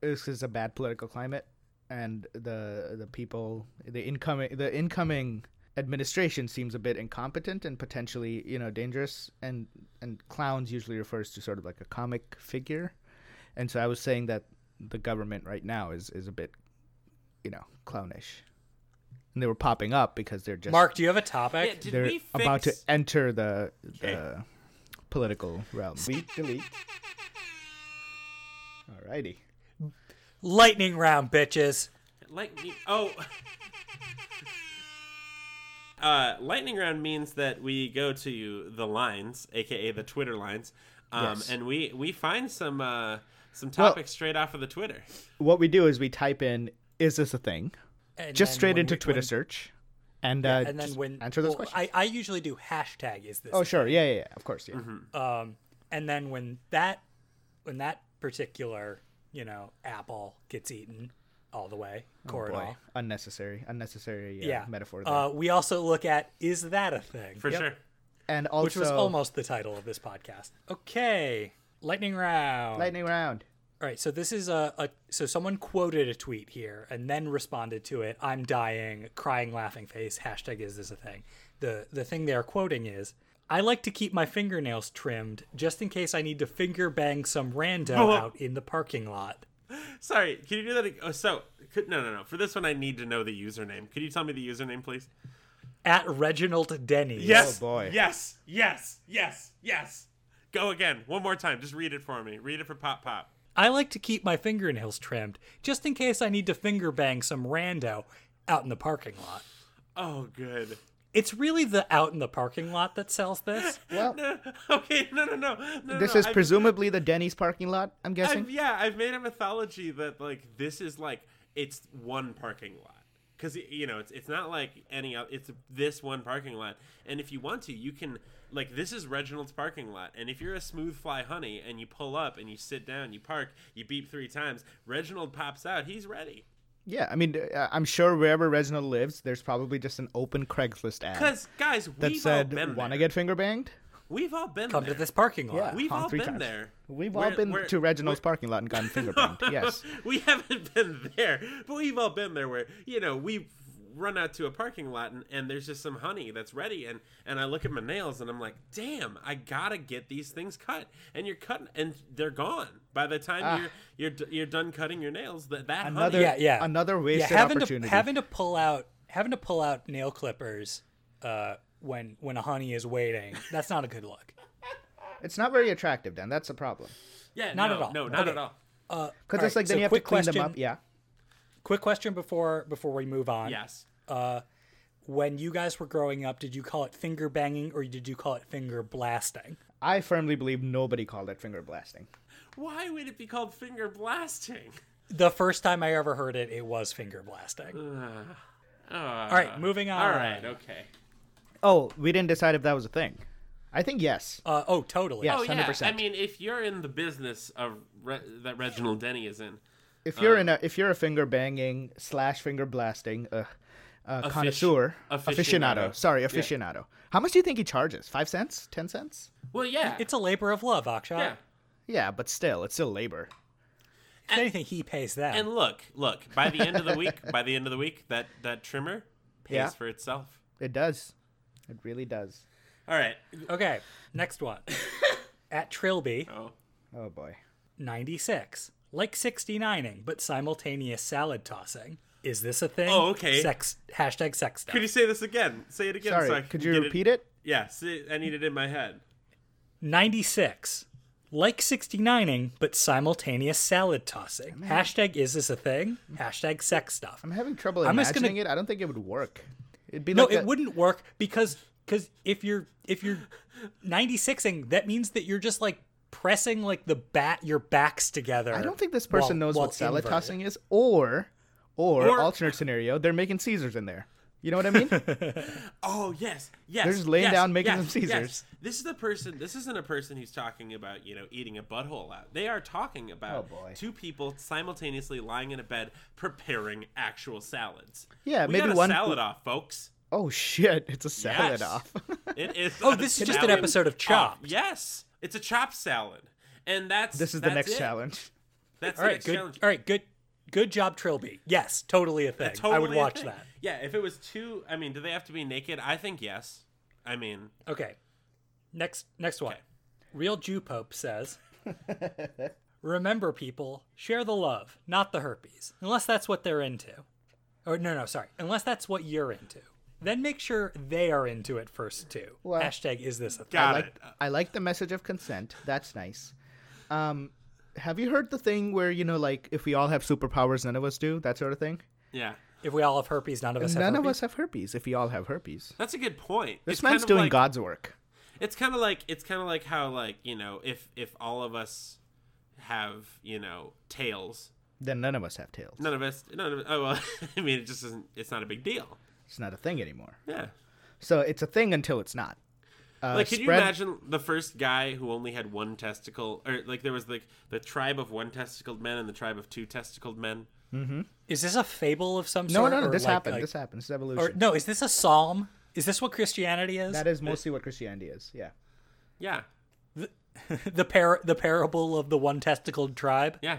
S3: this is a bad political climate, and the the people, the incoming, the incoming administration seems a bit incompetent and potentially you know dangerous. And and clowns usually refers to sort of like a comic figure, and so I was saying that the government right now is is a bit, you know, clownish. And they were popping up because they're just
S1: Mark, do you have a
S2: Yeah,
S1: topic?
S2: did
S3: they're
S2: we fix...
S3: about to enter the the political realm. delete. Alrighty.
S1: Lightning round, bitches.
S2: Like me- oh. *laughs* Uh, lightning round means that we go to the lines, aka the Twitter lines, um,
S3: Yes.
S2: and we we find some uh, some topics straight off of the Twitter.
S3: What we do is we type in "Is this a thing?"
S1: And
S3: just
S1: then
S3: straight
S1: when
S3: into
S1: we-
S3: Twitter
S1: when-
S3: search, and uh,
S1: and then
S3: just
S1: when
S3: answer those
S1: well,
S3: questions.
S1: I, I usually do hashtag is this
S3: oh sure, yeah, yeah, yeah, of course, yeah.
S1: Mm-hmm. and then when that when that particular you know apple gets eaten all the way
S3: Boy,
S1: corridor
S3: unnecessary, unnecessary uh,
S1: Uh-huh. yeah
S3: metaphor there.
S1: uh, we also look at is that a thing
S2: for
S1: Yep.
S2: sure.
S3: and also
S1: which was almost the title of this podcast okay lightning round
S3: lightning
S1: *laughs*
S3: round.
S1: all right so this is a, a so someone quoted a tweet here and then responded to it i'm dying crying laughing face hashtag is this a thing the the thing they're quoting is I like to keep my fingernails trimmed just in case I need to finger bang some rando
S2: Oh.
S1: out in the parking lot.
S2: Sorry, can you do that? ag- Oh, so could, no, no, no. For this one, I need to know the username. Could you tell me the username, please?
S1: At Reginald Denny.
S2: Yes.
S3: boy.
S2: Yes. Yes. Yes. Yes. Go again. One more time. Just read it for me. Read it for Pop Pop.
S1: I like to keep my fingernails trimmed just in case I need to finger bang some rando out in the parking lot.
S2: Oh, good. *laughs*
S1: It's really the out in the parking lot that sells this. *laughs*
S3: Well,
S2: Okay. No, no, no. no no,
S3: this
S2: no.
S3: is
S2: I've-
S3: presumably the Denny's parking lot. I'm guessing.
S2: I've, yeah, I've made a mythology that like this is like it's one parking lot because you know it's it's not like any oth- it's this one parking lot, and if you want to, you can like this is Reginald's parking lot, and if you're a smooth fly honey and you pull up and you sit down, you park, you beep three times, Reginald pops out, he's ready.
S3: Yeah, I mean, uh, I'm sure wherever Reginald lives, there's probably just an open Craigslist ad
S2: Because guys, we've
S3: that
S2: all been
S3: said, "Want
S2: there.
S3: to get finger banged?"
S2: We've all been
S1: Come
S2: there.
S1: to this parking lot.
S3: Yeah.
S2: We've
S3: Huh,
S2: all
S3: three
S2: been
S3: times.
S2: there.
S3: We've all
S2: We're-
S3: been
S2: we're-
S3: to Reginald's parking lot and gotten *laughs* finger banged. Yes.
S2: we haven't been there, but we've all been there where, you know, we run out to a parking lot and, and there's just some honey that's ready and and I look at my nails and I'm like, "Damn, I got to get these things cut." And you're cutting and they're gone. By the time you're you're d- you're done cutting your nails, that that
S3: Ah. Another-
S2: honey,
S1: yeah, yeah.
S3: Another wasted
S1: yeah, having
S3: opportunity.
S1: To, having to pull out having to pull out nail clippers uh, when when a honey is waiting. That's not a good look.
S3: It's not very attractive, Dan. That's the problem.
S2: yeah,
S1: not
S2: no,
S1: at all.
S2: No, not
S1: Okay.
S2: at all.
S3: Because
S1: All
S3: it's
S1: right,
S3: like then
S1: so
S3: you have to
S1: quick
S3: clean them
S1: question.
S3: up. Yeah.
S1: Quick question before before we move on.
S2: Yes.
S1: When you guys were growing up, did you call it finger banging or did you call it finger blasting?
S3: I firmly believe nobody called it finger blasting.
S2: Why would it be called finger blasting?
S1: The first time I ever heard it, it was finger blasting.
S2: Uh,
S1: All right, moving on.
S2: All right, okay.
S3: Oh, we didn't decide if that was a thing. I think yes.
S1: Uh, oh, totally.
S3: Yeah.
S2: Oh yeah,
S3: 100%.
S2: I mean, if you're in the business of Re- that Reginald Denny is in,
S3: If you're in a if you're a finger banging slash finger blasting uh, uh, connoisseur
S2: aficionado.
S3: aficionado. Sorry, aficionado. How much do you think he charges? Five cents? Ten cents?
S2: well, yeah,
S1: It's a labor of love, Akshay.
S2: yeah.
S3: Yeah, but still, it's still labor.
S1: If anything, he pays that.
S2: And look, look. By the end of the week, by the end of the week, that that trimmer pays
S3: Yeah.
S2: for itself.
S3: It does. It really does.
S2: All right.
S1: okay, next
S3: *laughs*
S1: one. At Trilby,
S2: Oh,
S3: Oh boy.
S1: 96. Like 69ing, but simultaneous salad tossing. Is this a thing?
S2: Oh, okay.
S1: Sex, hashtag sex stuff.
S2: could you say this again? Say it again.
S3: Sorry,
S2: so I
S3: could
S2: can
S3: you
S2: get
S3: repeat it?
S2: Yeah, see, I need it in my head.
S1: 96. Like 69ing, but simultaneous salad tossing. Hashtag is this a thing? Hashtag sex stuff.
S3: I'm having trouble
S1: I'm just
S3: imagining
S1: gonna-
S3: it. I don't think it would work. It'd be
S1: No,
S3: like
S1: it
S3: a-
S1: wouldn't work because because if you're if you're 96ing, that means that you're just like pressing like the bat your backs together.
S3: I don't think this person
S1: while-
S3: knows
S1: while
S3: what salad
S1: inverted.
S3: tossing is, or, or
S2: Or-
S3: alternate scenario, they're making Caesars in there. You know what
S1: *laughs*
S3: I mean?
S2: Oh yes, yes.
S3: They're just laying
S2: yes,
S3: down making
S2: yes,
S3: them Caesars.
S2: yes. This is the person. This isn't a person who's talking about you know eating a butthole out. They are talking about
S3: Oh, boy.
S2: two people simultaneously lying in a bed preparing actual salads.
S3: Yeah,
S2: we
S3: maybe
S2: got a
S3: one-
S2: salad off, folks.
S3: oh shit! It's a salad
S2: Yes. *laughs*
S3: off.
S2: It is.
S1: Oh, this is just an
S2: salad
S1: episode of
S2: off.
S1: Chopped.
S2: Yes, it's a chop salad, and that's
S3: this is the
S2: that's
S3: next
S2: it.
S3: challenge.
S2: That's
S1: All
S2: the
S1: right,
S2: next
S1: good.
S2: challenge.
S1: All right, good. Good job, Trilby. Yes, totally a thing. I would
S2: Totally a
S1: watch
S2: thing.
S1: that.
S2: Yeah, if it was two, I mean, do they have to be naked? I think yes. I mean,
S1: Okay. Next next one.
S2: Okay.
S1: Real Jew Pope says *laughs* Remember people, share the love, not the herpes. Unless that's what they're into. Or no no, sorry. Unless that's what you're into. Then make sure they are into it first too.
S3: Well-
S1: Hashtag is this a thing?
S2: got
S3: I like,
S2: it.
S3: I like the message of consent. That's nice. Um, have you heard the thing where you know, like, if we all have superpowers, none of us do that sort of thing?
S2: Yeah,
S1: If we all have herpes, none of us have
S3: None of
S1: herpes.
S3: us have herpes. If we all have herpes,
S2: that's a good point.
S3: this
S2: It's kind
S3: man's
S2: of
S3: doing
S2: like-
S3: God's work.
S2: It's kind of like it's kind of like how like you know if if all of us have you know tails,
S3: Then none of us have tails.
S2: *laughs* none of us none of oh well, I mean it just isn't it's not a big deal.
S3: It's not a thing anymore.
S2: Yeah.
S3: So it's a thing until it's not. Uh,
S2: like, can you
S3: spread-
S2: imagine the first guy who only had one testicle, or like there was like the tribe of one testicled men and the tribe of two testicled men?
S1: Is this a fable of some
S3: No,
S1: sort?
S3: no, no.
S1: or
S3: This
S1: like-
S3: happened.
S1: like-
S3: this happens. This is
S1: or
S3: evolution.
S1: no, is this a psalm? Is this what Christianity is?
S3: that is mostly what Christianity is. Yeah.
S2: Yeah,
S1: *laughs* the par- the parable of the one testicled tribe,
S2: yeah.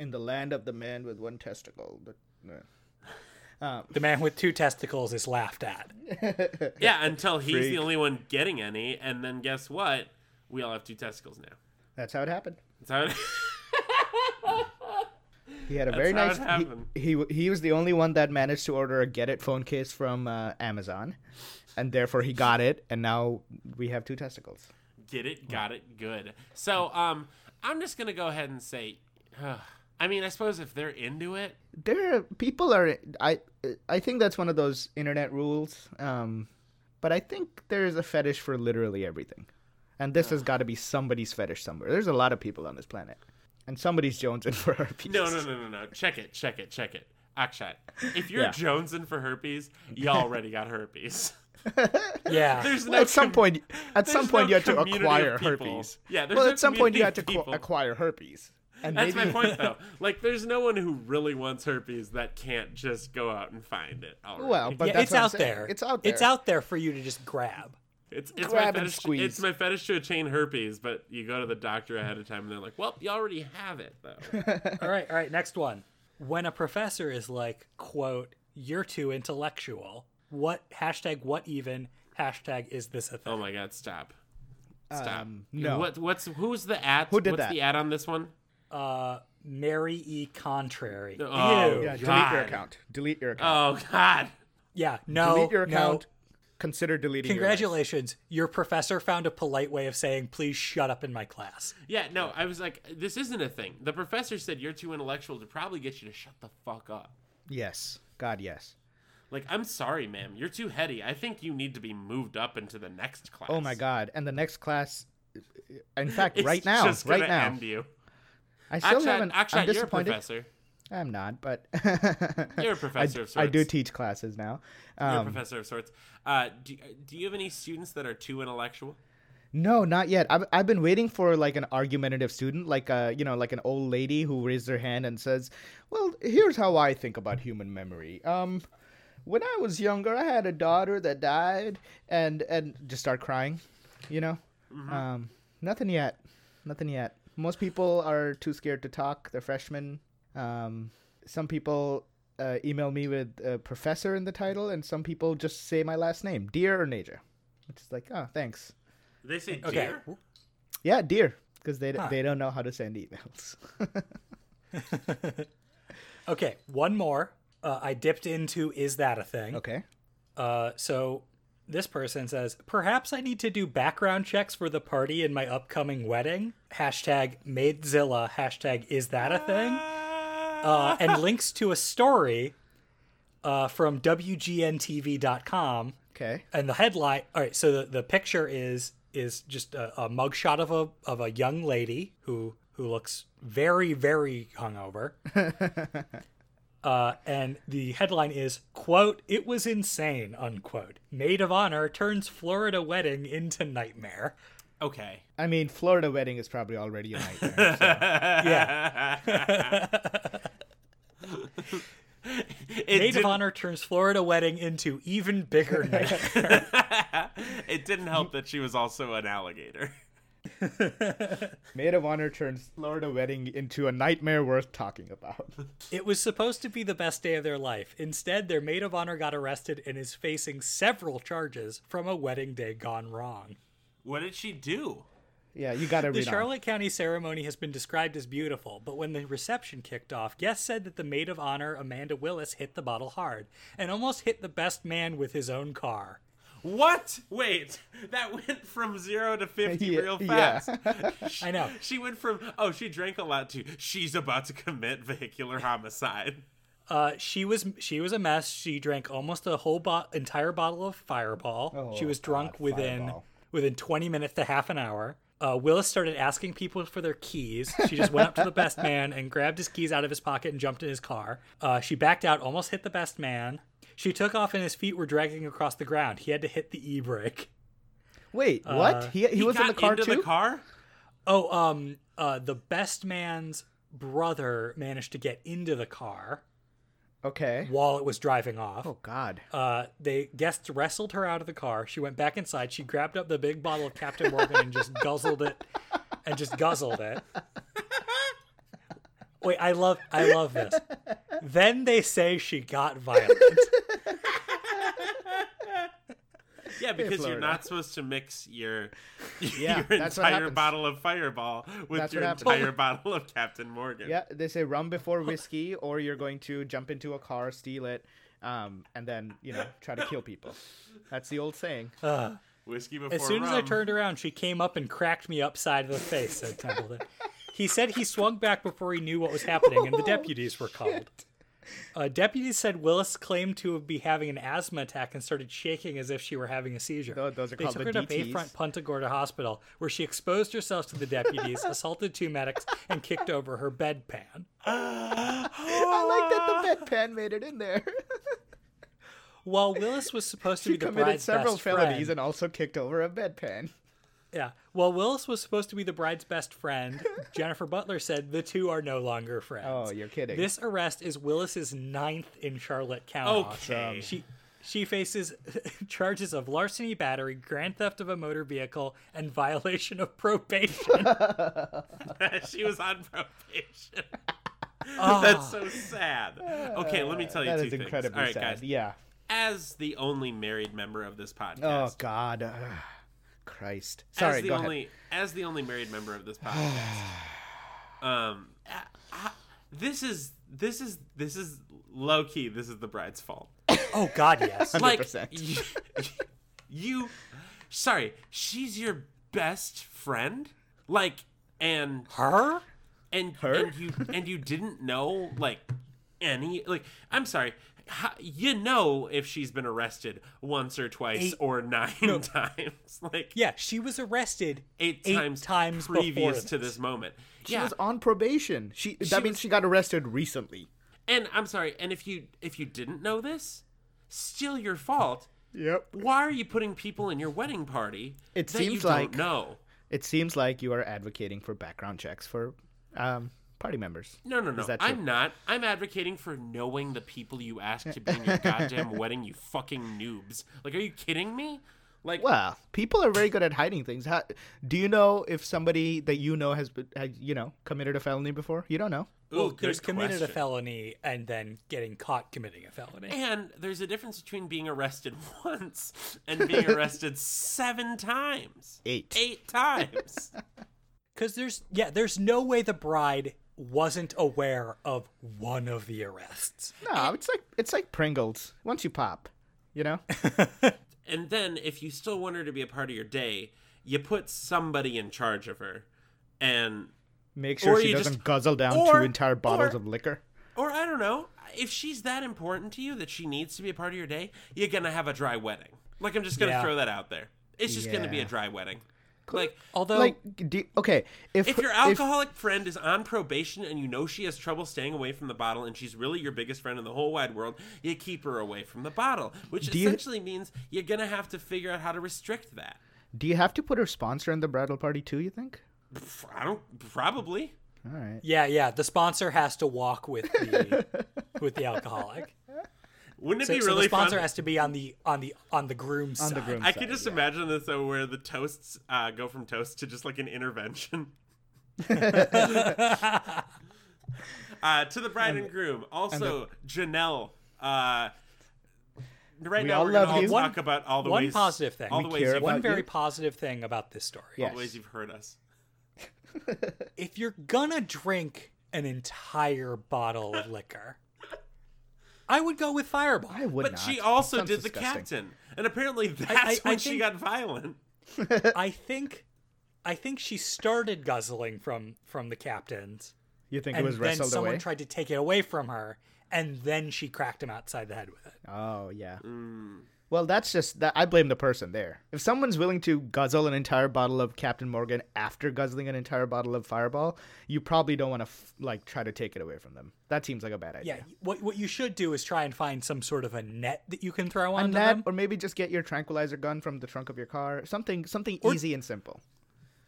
S3: In the land of the man with one testicle. the- yeah.
S1: the man with two testicles is laughed *laughs* at.
S2: *laughs* Yeah, until he's the only one getting any, and then guess what? We all have two testicles now.
S3: That's how it happened.
S2: That's how it-
S3: He had a very
S2: how
S3: nice.
S2: it
S3: he-
S2: happened.
S3: He, w- he was the only one that managed to order a get it phone case from uh, Amazon, and therefore he got it, and now we have two testicles.
S2: *laughs* get it, got it, good. So, um, I'm just gonna go ahead and say, uh, I mean, I suppose if they're into it,
S3: There are people are I I think that's one of those internet rules. Um, but I think there is a fetish for literally everything, and this has got to be somebody's fetish somewhere. There's a lot of people on this planet, and somebody's jonesing for *laughs* her piece.
S2: no, no, no, no, no. Check it, check it, check it. Akshat, if you're
S3: Yeah.
S2: Jonesing for herpes, you *laughs* already got herpes.
S1: Yeah,
S2: There's
S3: Well,
S2: no
S3: at some
S2: com-
S3: point, at
S2: there's
S3: some point
S2: no
S3: you had to
S2: community of
S3: acquire
S2: people.
S3: herpes.
S2: Yeah, there's
S3: Well,
S2: no
S3: at some point you had
S2: community
S3: to
S2: of
S3: qu-
S2: people.
S3: acquire herpes, and
S2: That's my
S3: maybe
S2: point, though. Like, there's no one who really wants herpes that can't just go out and find it. Already.
S3: *laughs* well, but
S1: yeah,
S3: that's
S1: it's
S3: what I'm
S1: out
S3: saying.
S1: there.
S3: It's out there.
S1: It's out there for you to just grab.
S2: it's it's my
S3: grab and
S2: fetish.
S3: squeeze.
S2: It's my fetish to attain herpes, but you go to the doctor ahead of time, and they're like, "Well, you already have it,
S3: *laughs*
S2: though."
S1: *laughs* all right, all right. Next one. When a professor is like, "quote You're too intellectual." What hashtag? What even hashtag? Is this a thing?
S2: oh my god, stop, stop.
S3: Um, no.
S2: What what's who's the at?
S3: Who did
S2: what's
S3: that?
S2: the ad on this one?
S1: Uh, Mary E. Contrary.
S2: Oh,
S1: Ew.
S3: Yeah, delete your
S2: God.
S3: account. Delete your account.
S2: Oh *laughs* god.
S1: Yeah. No.
S3: delete your
S1: no.
S3: account. Consider deleting. your life.
S1: Congratulations, your professor found a polite way of saying, please shut up in my class.
S2: Yeah, no, I was like, this isn't a thing. The professor said you're too intellectual to probably get you to shut the fuck up.
S3: Yes. God, yes.
S2: Like, I'm sorry, ma'am. You're too heady. I think you need to be moved up into the next class.
S3: Oh my God! And the next class, in fact,
S2: It's
S3: right now,
S2: just
S3: right
S2: gonna
S3: now,
S2: End you.
S3: I still
S2: Akshat,
S3: haven't. I'm
S2: Akshat you're a
S3: disappointed.
S2: professor.
S3: I'm not, but *laughs*
S2: You're a
S3: I,
S2: professor of sorts.
S3: I do teach classes now.
S2: You're a
S3: Um,
S2: professor of sorts. Uh, do, do you have any students that are too intellectual?
S3: no, not yet. I've I've been waiting for like an argumentative student, like a you know like an old lady who raised her hand and says, "Well, here's how I think about human memory. Um, when I was younger, I had a daughter that died, and and just start crying, you know. Um, nothing yet, nothing yet. Most people are too scared to talk. They're freshmen. Um, some people uh, email me with uh, professor in the title, and some people just say my last name, Dear or Naja, which is like, oh, thanks.
S2: They say dear.
S1: Okay.
S3: Yeah, Dear, because they they don't know how to send emails. *laughs*
S1: Okay, one more. Uh, I dipped into Is That a Thing?
S3: okay.
S1: Uh, so this person says, Perhaps I need to do background checks for the party in my upcoming wedding. Hashtag Maidzilla. Hashtag Is That a Thing?
S3: Ah.
S1: Uh, and links to a story uh, from WGNTV.com.
S3: Okay.
S1: and the headline all right so the, the picture is is just a, a mugshot of a of a young lady who who looks very very hungover uh, and the headline is quote it was insane unquote maid of honor turns florida wedding into nightmare
S2: Okay.
S3: I mean, Florida wedding is probably already a nightmare. so-
S1: yeah
S2: It
S1: maid of
S2: didn't-
S1: honor turns florida wedding into even bigger nightmare
S2: It didn't help that she was also an
S3: *laughs*
S2: alligator.
S3: Maid of honor turns Florida wedding into a nightmare worth talking about.
S1: it was supposed to be the best day of their life instead their maid of honor got arrested and is facing several charges from a wedding day gone wrong
S2: What did she do?
S3: Yeah, you gotta
S1: The
S3: read. on.
S1: Charlotte County ceremony has been described as beautiful, but when the reception kicked off, guests said that the maid of honor, Amanda Willis, hit the bottle hard and almost hit the best man with his own car.
S2: What? Wait, that went from zero to fifty
S3: Yeah,
S2: real
S3: yeah.
S2: fast.
S3: *laughs*
S1: I know.
S2: She went from oh she drank a lot to she's about to commit vehicular homicide.
S1: Uh, she was she was a mess. She drank almost a whole bo- entire bottle of Fireball. she was drunk within
S3: Oh, Fireball.
S1: within 20 minutes to half an hour. Uh, Willis started asking people for their keys. She just went up to the
S3: *laughs*
S1: best man and grabbed his keys out of his pocket and jumped in his car. Uh, she backed out, almost hit the best man. She took off and his feet were dragging across the ground. He had to hit the e brake.
S3: Wait,
S1: Uh,
S3: what? He, he, was
S2: got
S3: in the car
S2: into
S3: too.
S2: the car.
S1: Oh, um, uh, the best man's brother managed to get into the car
S3: Okay.
S1: while it was driving off.
S3: Oh God.
S1: Uh, they guests wrestled her out of the car. She went back inside. She grabbed up the big bottle of Captain Morgan and just guzzled it, and just guzzled it. Wait, I love, I love this. Then they say she got violent.
S2: Yeah, because you're
S3: Florida.
S2: not supposed to mix your *laughs*
S3: Yeah,
S2: your
S3: that's what
S2: entire
S3: happens.
S2: bottle of Fireball with
S3: That's
S2: your
S3: what happens.
S2: entire bottle of Captain Morgan.
S3: Yeah, they say rum before whiskey, or you're going to jump into a car, steal it, um, and then you know try to kill people. That's the old
S1: *laughs*
S3: saying.
S2: Whiskey before
S1: As soon as I
S2: rum.
S1: turned around, she came up and cracked me upside the face. Said Templeton.
S3: *laughs*
S1: He said he swung back before he knew what was happening,
S3: Oh,
S1: and the deputies were called. Uh, deputies said Willis claimed to be having an asthma attack and started shaking as if she were having a seizure.
S3: Tho- those are
S1: they
S3: called
S1: took
S3: the
S1: her to
S3: DTs.
S1: Bayfront Punta Gorda Hospital, where she exposed herself to the
S3: *laughs*
S1: deputies, assaulted two medics, and kicked over her bedpan.
S3: I like
S1: *laughs*
S3: that the bedpan made it in there. *laughs*
S1: While Willis was supposed to
S3: she
S1: be the
S3: committed
S1: bride's
S3: several
S1: best
S3: felonies
S1: friend,
S3: and also kicked over a bedpan.
S1: Yeah. While Willis was supposed to be the bride's best *laughs* friend, Jennifer Butler said the two are no longer friends.
S3: Oh, you're kidding.
S1: This arrest is Willis's ninth in Charlotte County.
S2: Okay.
S1: She she faces *laughs* charges of larceny, battery, grand theft of a motor vehicle, and violation of probation.
S2: *laughs* she was
S1: *laughs*
S2: on probation. *laughs*
S1: Ah.
S2: That's so sad. Okay, let me tell you
S3: Uh, that
S2: two
S3: is
S2: things.
S3: incredibly
S2: All right,
S3: sad.
S2: guys.
S3: Yeah.
S2: As the only married member of this podcast,
S3: Oh God. Ugh. Christ.
S2: as
S3: Sorry.
S2: the
S3: Go
S2: only
S3: ahead.
S2: as the only married member of this
S3: *sighs*
S2: podcast, um, I- I- this is this is this is low key. This is the bride's fault.
S1: *laughs* oh God, yes.
S2: like
S3: 100%.
S2: you, *laughs* you sorry she's your best friend like and
S1: *laughs* Her?
S2: and and you and you didn't know like any like i'm sorry how, you know if she's been arrested once or twice
S1: Eight-
S2: or nine times *laughs* like
S1: Yeah, she was arrested
S2: eight, times
S1: times before
S2: previous to this moment
S3: She was on probation. She. That means
S2: was-
S3: she got arrested recently.
S2: and i'm sorry and if you if you didn't know this still your fault
S3: Yep.
S2: why are you putting people in your wedding party
S3: It
S2: that you
S3: seems
S2: don't
S3: like-
S2: know
S3: It seems like you are advocating for background checks for um, party members.
S2: No, no, no.
S3: that true?
S2: I'm not. I'm advocating for knowing the people you asked to be in your
S3: *laughs*
S2: goddamn wedding, you fucking noobs. Like, are you kidding me? Like,
S3: Well, people are very good at hiding things. How, do you know if somebody that you know has, been- has, you know, committed a felony before? You don't know.
S2: ooh,
S1: Well,
S2: good
S1: there's committed a
S2: question.
S1: felony and then getting caught committing a felony.
S2: And there's a difference between being arrested *laughs* once and
S3: *laughs*
S2: being arrested seven times.
S3: Eight.
S2: Eight
S3: *laughs*
S2: times.
S1: Because there's, yeah, there's no way the bride wasn't aware of one of the arrests.
S3: No, it's like it's like Pringles. Once you pop,
S2: *laughs*
S3: you know.
S2: and then, if you still want her to be a part of your day, you put somebody in charge of her. And
S3: Make sure
S2: Or
S3: she
S2: you
S3: doesn't
S2: just-
S3: guzzle down
S2: or-
S3: two entire bottles
S2: or-
S3: of liquor.
S2: Or I don't know, if she's that important to you that she needs to be a part of your day, you're gonna have a dry wedding. Like I'm just gonna
S1: Yeah.
S2: throw that out there. It's just gonna be a
S3: Yeah.
S2: dry wedding. Like
S1: Although,
S3: like, do, okay, if
S2: if your alcoholic friend is on probation and you know she has trouble staying away from the bottle and she's really your biggest friend in the whole wide world, you keep her away from the bottle, which
S3: Do you-
S2: essentially means you're gonna have to figure out how to restrict that.
S3: do you have to put her sponsor in the bridal party too? You think?
S2: Pff, I don't probably.
S3: All right.
S1: yeah, yeah, the sponsor has to walk with
S3: *laughs*
S1: the with the alcoholic.
S2: Wouldn't it
S1: So,
S2: be
S1: so
S2: really
S1: the sponsor
S2: fun?
S1: has to be on the on the on the groom's
S3: On the
S1: side.
S3: groom
S2: I
S3: side.
S2: could just imagine this though, where the toasts uh, go from toast to just like an intervention. *laughs* uh, to the bride and groom. Also, Janelle. Uh, right
S3: We
S2: now,
S3: all
S2: we're gonna
S3: love
S2: all
S3: you.
S2: talk about all the
S1: One
S2: ways,
S1: positive thing.
S2: all
S1: We
S2: the ways,
S3: care
S2: you've,
S3: about
S1: One
S3: you.
S1: very positive thing about this story.
S2: all
S3: Yes.
S2: the ways you've heard us.
S1: If you're gonna drink an entire bottle of
S2: *laughs*
S1: liquor, I would go with Fireball.
S3: I would
S2: But
S3: not.
S2: she also
S3: Sounds
S2: did the
S3: disgusting.
S2: captain, and apparently that's
S1: I- I
S2: when she
S1: think-
S2: got violent.
S1: I think I think she started guzzling from from the captain's.
S3: You think
S1: and
S3: it was
S1: then
S3: wrestled
S1: someone
S3: away?
S1: tried to take it away from her, and then she cracked him outside the head with it.
S3: oh yeah. Well, that's just that I blame the person there. If someone's willing to guzzle an entire bottle of Captain Morgan after guzzling an entire bottle of Fireball, you probably don't want to f- like try to take it away from them. That seems like a bad
S1: Yeah,
S3: idea.
S1: what what you should do is try and find some sort of a net that you can throw
S3: A
S1: onto
S3: net,
S1: them,
S3: or maybe just get your tranquilizer gun from the trunk of your car. Something, something easy and simple.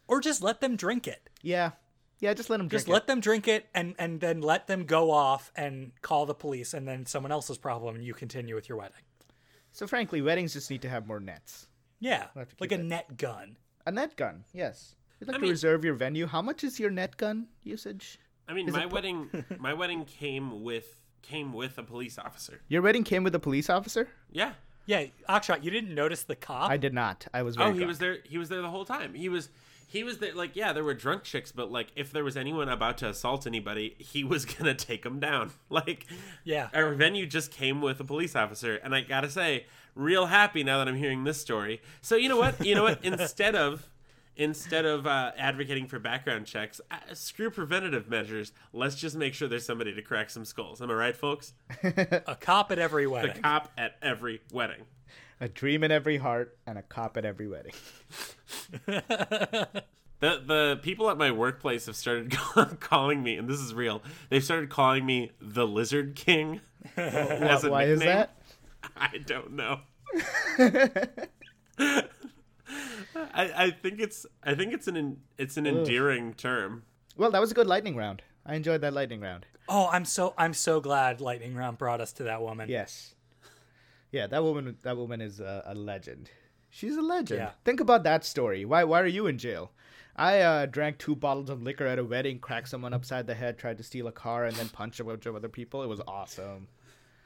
S1: or just let them drink it.
S3: Yeah, yeah. Just let them drink.
S1: Just let them drink it, and and then let them go off and call the police, and then someone else's problem, and you continue with your wedding.
S3: it. So frankly, weddings just need to have more nets.
S1: Yeah,
S3: have to
S1: like a
S3: keep it.
S1: net gun.
S3: A net gun, yes. You'd like to
S2: mean-
S3: reserve your venue. How much is your net gun usage?
S2: I mean, my wedding, my wedding came with came with a police officer.
S3: Your wedding came with a police officer.
S2: Yeah.
S1: Yeah, Akshat, you didn't notice the cop.
S3: I did not. I was. Very
S2: Oh, he
S3: drunk.
S2: was there. He was there the whole time. He was. He was there. Like, yeah, there were drunk chicks, but like, if there was anyone about to assault anybody, he was *laughs* gonna take them down. *laughs* Like,
S1: Yeah.
S2: our venue just came with a police officer, and I gotta say, real happy now that I'm hearing this story. So you know what? You know what? Instead of instead of uh, advocating for background checks, uh, screw preventative measures. Let's just make sure there's somebody to crack some skulls. Am I right, folks?
S1: a cop at every
S2: The
S1: wedding.
S2: cop at every wedding.
S3: A dream in every heart and a cop at every wedding.
S2: The the people at my workplace have started *laughs* calling me, and this is real. They've started calling me the Lizard
S3: *laughs*
S2: King. as a
S3: Why is
S2: nickname.
S3: that?
S2: *laughs* I don't
S3: *laughs*
S2: know. I, I think it's I think it's an en- it's an endearing term.
S3: Well, that was a good lightning round. I enjoyed that lightning round.
S1: Oh, I'm so I'm so glad lightning round brought us to that woman.
S3: Yes. Yeah, that woman. That woman is a, a legend. She's a legend.
S1: Yeah.
S3: Think about that story. Why? Why are you in jail? I uh, drank two bottles of liquor at a wedding, cracked someone upside the head, tried to steal a car, and then punched a bunch of other people. It was awesome.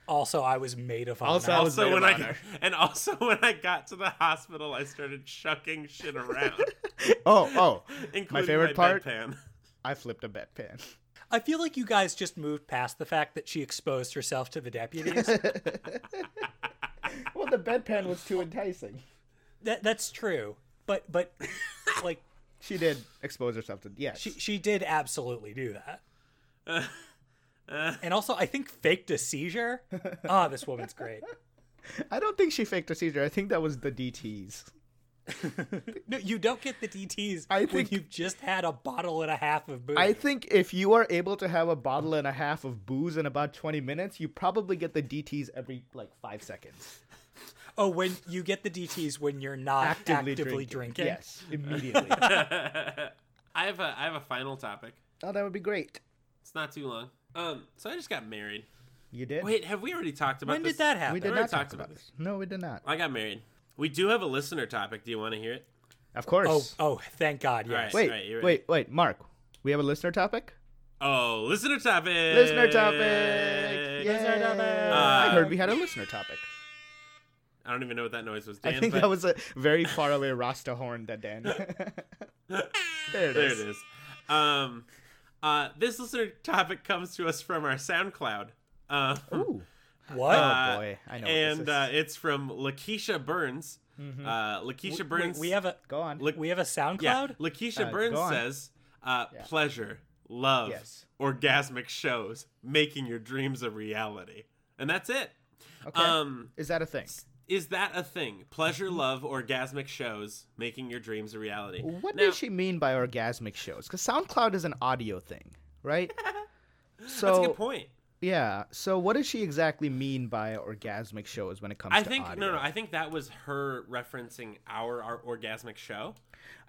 S1: Also, I was maid of honor.
S3: Also, I was-
S2: So
S3: made
S2: when
S3: of
S2: I
S3: honor.
S2: *laughs* and also when I got to the hospital, I started shucking shit
S3: *laughs*
S2: around,
S3: Oh, *laughs* oh!
S2: including
S3: my favorite part. *laughs*
S2: bedpan. *laughs*
S3: I flipped a bedpan.
S1: I feel like you guys just moved past the fact that she exposed herself to the
S3: *laughs*
S1: deputies.
S3: *laughs* Well, the bedpan was too enticing.
S1: that that's true, but but like
S3: She did expose herself to. Yes.
S1: she she did absolutely do that. and also, I think faked a
S3: *laughs*
S1: seizure. Ah, this woman's great.
S3: I don't think she faked a seizure. I think that was the *laughs* DTs.
S1: No, you don't get the DTs
S3: I
S1: when
S3: think-
S1: you've just had a bottle and a half of booze.
S3: I think if you are able to have a bottle and a half of booze in about 20 minutes, you probably get the DTs every like five seconds.
S1: oh, when you get the DTs when you're not actively, drinking.
S3: Yes, immediately.
S2: *laughs* I have a I have a final topic.
S3: oh, that would be great.
S2: It's not too long. Um, so I just got married.
S3: You did?
S2: Wait, have we already talked about
S1: When
S2: this?
S1: did that happen?
S3: we did
S2: already
S3: not talk
S2: talked about
S3: about this. No, we did not.
S2: I got married. We do have a listener topic. Do you want to hear it?
S3: Of course.
S1: Oh, oh, thank God, yes.
S2: right.
S3: wait,
S2: Alright, you're
S3: wait, wait, Mark. We have a listener topic?
S2: Oh, listener topic.
S3: Listener topic! Listener topic! I heard we had a listener topic.
S2: I don't even know what that noise was. Dan,
S3: I think
S2: but
S3: that was a very far away Rasta horn
S2: *laughs*
S3: that Dan. *laughs* there it
S2: there
S3: is.
S2: it is. Um, uh, this listener topic comes to us from our SoundCloud. Uh,
S3: Ooh.
S1: What?
S3: Oh, boy. I know what this
S2: and
S3: is. Mm-hmm.
S2: Uh, it's from Lakeisha Burns. Uh, Lakeisha
S1: Wait,
S2: Burns.
S1: we have a
S3: Go on.
S2: Look-
S1: we have a SoundCloud.
S2: yeah. Lakeisha
S3: Uh,
S2: Burns
S3: go on.
S2: says, uh, "Pleasure, love,
S3: Yes.
S2: orgasmic shows, making your dreams a reality." And that's it.
S3: Okay.
S2: Um,
S3: is that a thing?
S2: is that a thing? Pleasure,
S3: Mm-hmm.
S2: love, orgasmic shows, making your dreams a reality.
S3: What
S2: Now-
S3: did she mean by orgasmic shows? Because SoundCloud is an audio thing, right?
S2: *laughs*
S3: so
S2: That's a good point.
S3: yeah. So what does she exactly mean by orgasmic shows when it comes
S2: I
S3: to
S2: think
S3: audio?
S2: no, no. I think that was her referencing our our orgasmic show.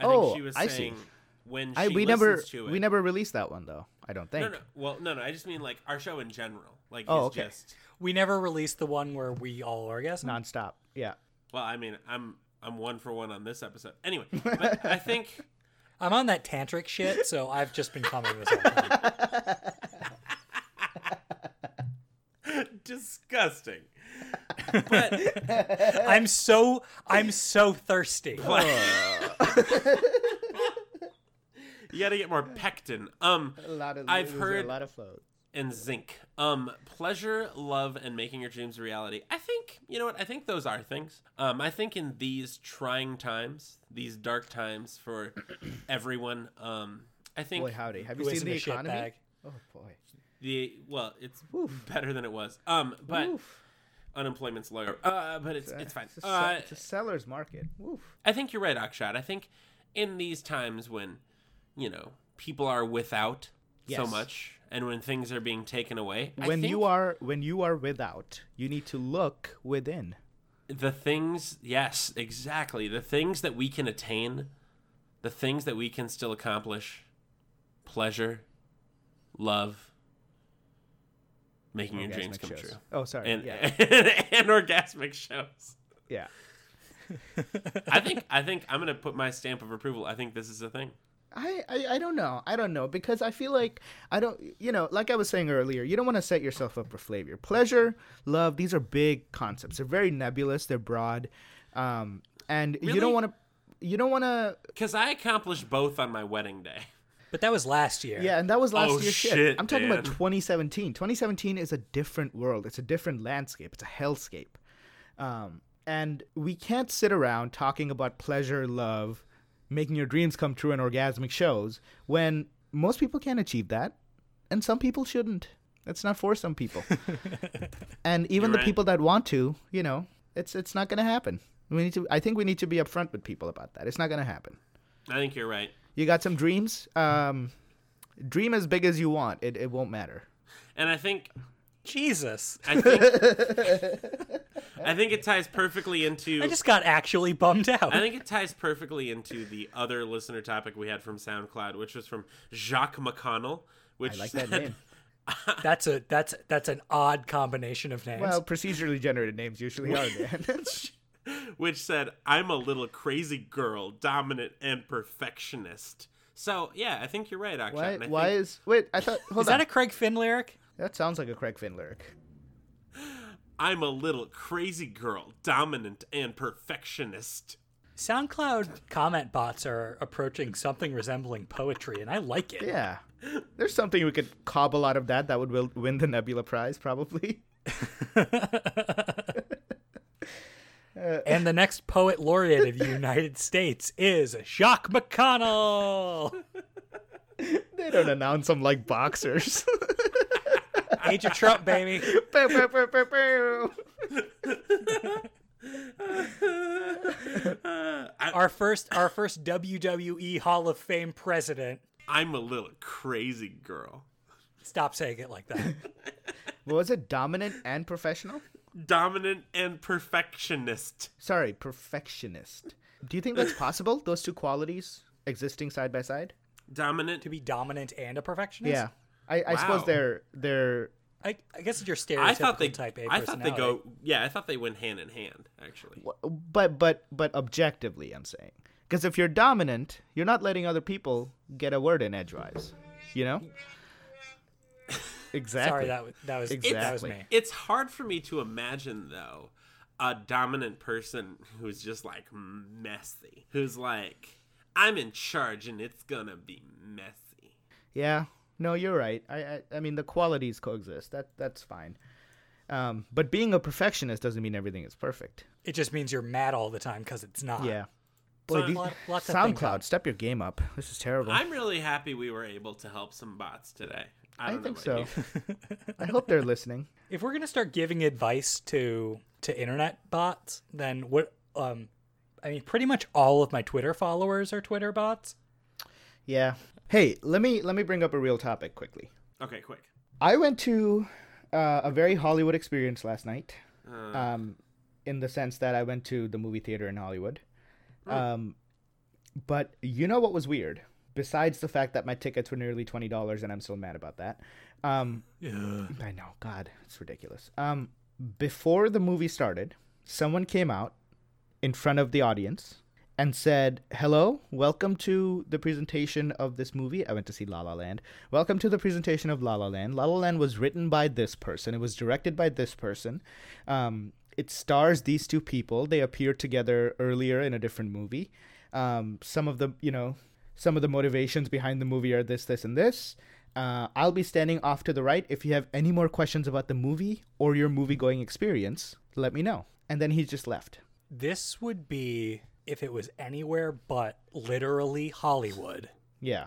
S2: I
S3: Oh,
S2: think she was
S3: I see.
S2: saying when she
S3: I- we
S2: listens
S3: never
S2: to it.
S3: we never released that one though. I don't think.
S2: No, no. Well, no, no. I just mean like our show in general. Like,
S3: Oh,
S2: it's
S3: okay.
S2: just
S1: We never released the one where we all orgasm.
S3: Nonstop. Yeah.
S2: well, I mean, I'm I'm one for one on this episode. Anyway, but I
S3: *laughs*
S2: think
S1: I'm on that tantric shit, so I've just been coming
S3: *laughs*
S1: this whole time.
S2: disgusting. But
S1: I'm so I'm so thirsty.
S2: you got to get more pectin. Um,
S3: A lot of
S2: I've heard
S3: a lot of float.
S2: and zinc. Um, pleasure, love, and making your dreams a reality. I think you know what. I think those are things. Um, I think in these trying times, these dark times
S3: *clears throat*
S2: for everyone. Um, I think
S3: Boy howdy. Have you
S1: Who
S3: seen
S1: isn't
S3: the
S1: a shit
S3: economy?
S1: bag?
S3: Oh boy.
S2: the well, it's better than it was. Um, but
S3: Oof.
S2: unemployment's lower. Uh, but it's it's fine.
S3: It's a, se-
S2: Uh,
S3: it's a seller's market. Woof.
S2: I think you're right, Akshat. I think in these times when, you know, people are without so
S3: Yes.
S2: much and when things are being taken away, I
S3: When
S2: think
S3: you are when you are without, you need to look within.
S2: the things, yes, exactly. The things that we can attain, the things that we can still accomplish pleasure, love, making your dreams
S3: Orgasmic
S2: come
S3: shows.
S2: true.
S3: Oh, sorry.
S2: And, *laughs*
S3: yeah.
S2: and orgasmic shows.
S3: yeah.
S2: I think I think I'm gonna put my stamp of approval. I think this is a thing.
S3: I, I, I don't know. I don't know because I feel like I don't, you know, like I was saying earlier, you don't want to set yourself up for failure. Pleasure, love, these are big concepts. They're very nebulous, they're broad. Um, and you
S2: Really?
S3: don't want to, you don't want to,
S2: Because I accomplished both on my wedding day.
S1: But that was last year.
S3: yeah, and that was last
S2: Oh,
S3: year's shit.
S2: shit,
S3: I'm talking about
S2: Dan.
S3: 2017. 2017 is a different world, it's a different landscape, it's a hellscape. Um, and we can't sit around talking about pleasure, love, making your dreams come true, and orgasmic shows when most people can't achieve that, and some people shouldn't. That's not for
S2: *laughs*
S3: some people. and even
S2: You're
S3: the
S2: right.
S3: people that want to, you know, it's it's not going to happen. We need to. I think we need to be upfront with people about that. It's not going to happen.
S2: I think you're right.
S3: You got some dreams. Um, dream as big as you want. It it won't matter.
S2: And I think
S1: Jesus.
S2: I
S3: *laughs*
S2: think I think it ties perfectly into
S1: I just got actually bummed out.
S2: I think it ties perfectly into the other listener topic we had from SoundCloud, which was from Jacques McConnell, which
S3: I like that
S1: *laughs*
S2: said-
S3: name.
S1: that's a that's that's an odd combination of names.
S3: Well, procedurally generated names usually
S1: *laughs*
S3: are. Dan.
S2: *laughs* which said, "I'm a little crazy girl, dominant and perfectionist." So yeah, I think you're right, Akshat.
S3: *laughs* why?
S2: and I
S3: Why
S2: think-
S3: is wait? I thought. Hold
S1: Is that
S3: on.
S1: a Craig Finn lyric?
S3: that sounds like a Craig Finn lyric.
S2: I'm a little crazy girl, dominant and perfectionist.
S1: SoundCloud comment bots are approaching something resembling poetry, and I like it.
S3: Yeah. There's something we could cobble out of that that would wil- win the Nebula Prize, probably. *laughs*
S1: And the next poet laureate of the
S3: *laughs*
S1: United States is Jacques McConnell.
S3: They don't announce them like boxers. *laughs*
S1: Age of Trump, baby.
S3: Pew, pew, pew, pew, pew.
S1: Our first, our first WWE Hall of Fame president.
S2: I'm a little crazy girl.
S1: Stop saying it like
S3: *laughs*
S1: that.
S3: what was it? Dominant and professional?
S2: Dominant and perfectionist.
S3: Sorry, perfectionist. Do you think that's possible? Those two qualities existing side by side?
S2: Dominant.
S1: To be dominant and a perfectionist.
S3: Yeah. I, I
S2: Wow.
S3: suppose they're they're
S1: I, I guess it's your stereotypical
S2: I thought they.
S1: type A
S2: I thought
S1: personality.
S2: they go. Yeah, I thought they went hand in hand. Actually,
S3: but but but objectively I'm saying. Because if you're dominant, you're not letting other people get a word in edgewise. You know?
S1: *laughs*
S3: Exactly.
S1: Sorry, that was that was that was
S3: Exactly.
S1: me.
S2: it's hard for me to imagine though a dominant person who's just like messy, who's like, I'm in charge and it's gonna be messy.
S3: Yeah. No, you're right. I, I I mean the qualities coexist. That that's fine. Um, but being a perfectionist doesn't mean everything is perfect.
S1: It just means you're mad all the time because it's not.
S3: Yeah. Boy, these,
S1: lot- lots of things on.
S3: SoundCloud, step your game up. This is terrible.
S2: I'm really happy we were able to help some bots today. I,
S3: I
S2: don't know
S3: think so.
S2: about
S3: *laughs* I hope they're listening.
S1: If we're gonna start giving advice to to internet bots, then what? Um, I mean, pretty much all of my Twitter followers are Twitter bots.
S3: Yeah. Hey, let me let me bring up a real topic quickly.
S2: you. Okay, quick.
S3: I went to uh, a very Hollywood experience last night, um, in the sense that I went to the movie theater in Hollywood. Um, but you know what was weird? Besides the fact that my tickets were nearly twenty dollars, and I'm still mad about that. Um, I know, God, it's ridiculous. Um, before the movie started, someone came out in front of the audience and said, "Hello, welcome to the presentation of this movie." I went to see La La Land. Welcome to the presentation of La La Land. La La Land was written by this person. It was directed by this person. Um, it stars these two people. They appeared together earlier in a different movie. Um, some of the, you know, some of the motivations behind the movie are this, this, and this. Uh, I'll be standing off to the right. If you have any more questions about the movie or your movie going experience, let me know. And then he just left.
S1: This would be if it was anywhere but literally Hollywood.
S3: Yeah.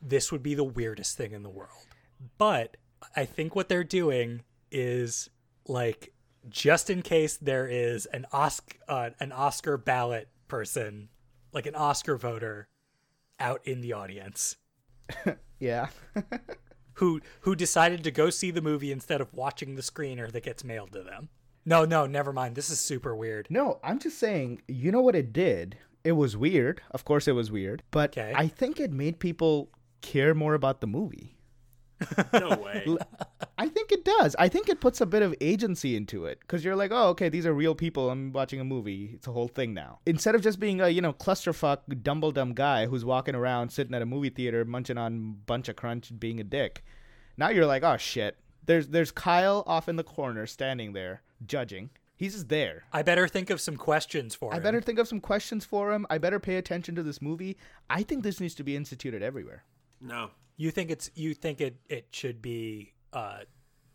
S1: This would be the weirdest thing in the world. But I think what they're doing is like just in case there is an Osc uh, an Oscar ballot person, like an Oscar voter, out in the audience
S3: Yeah.
S1: who who decided to go see the movie instead of watching the screener that gets mailed to them. No, no, never mind. This is super weird.
S3: *laughs* No, I'm just saying, you know what it did? It was weird. Of course, it was weird. But
S1: Okay.
S3: I think it made people care more about the movie.
S2: No
S3: *laughs*
S2: way.
S3: I think it does. I think it puts a bit of agency into it because you're like, oh, okay, these are real people. I'm watching a movie. It's a whole thing now. Instead of just being a, you know, clusterfuck, dumble dumb guy who's walking around sitting at a movie theater munching on bunch of crunch and being a dick. Now you're like, oh, shit. There's, there's Kyle off in the corner standing there judging. He's just there.
S1: I better think of some questions for
S3: I
S1: him.
S3: better think of some questions for him. I better pay attention to this movie. I think this needs to be instituted everywhere.
S2: No.
S1: You think it's you think it it should be uh,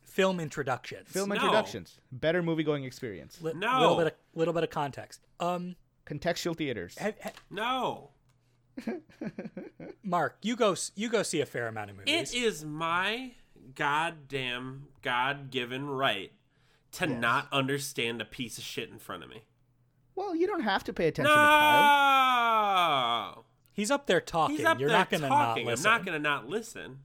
S1: film introductions.
S3: Film
S2: No.
S3: introductions, better movie going experience,
S1: Li-
S2: No.
S1: little bit of, little bit of context. Um,
S3: contextual theaters.
S1: ha- ha-
S2: No.
S1: Mark, you go s- you go see a fair amount of movies.
S2: It is my goddamn God given right to not understand a piece of shit in front of me.
S3: Well, you don't have to pay attention
S2: No.
S3: to Kyle.
S1: He's up there talking.
S2: He's up
S1: You're
S2: there
S1: not gonna
S2: talking.
S1: not listen.
S2: I'm not going to not listen.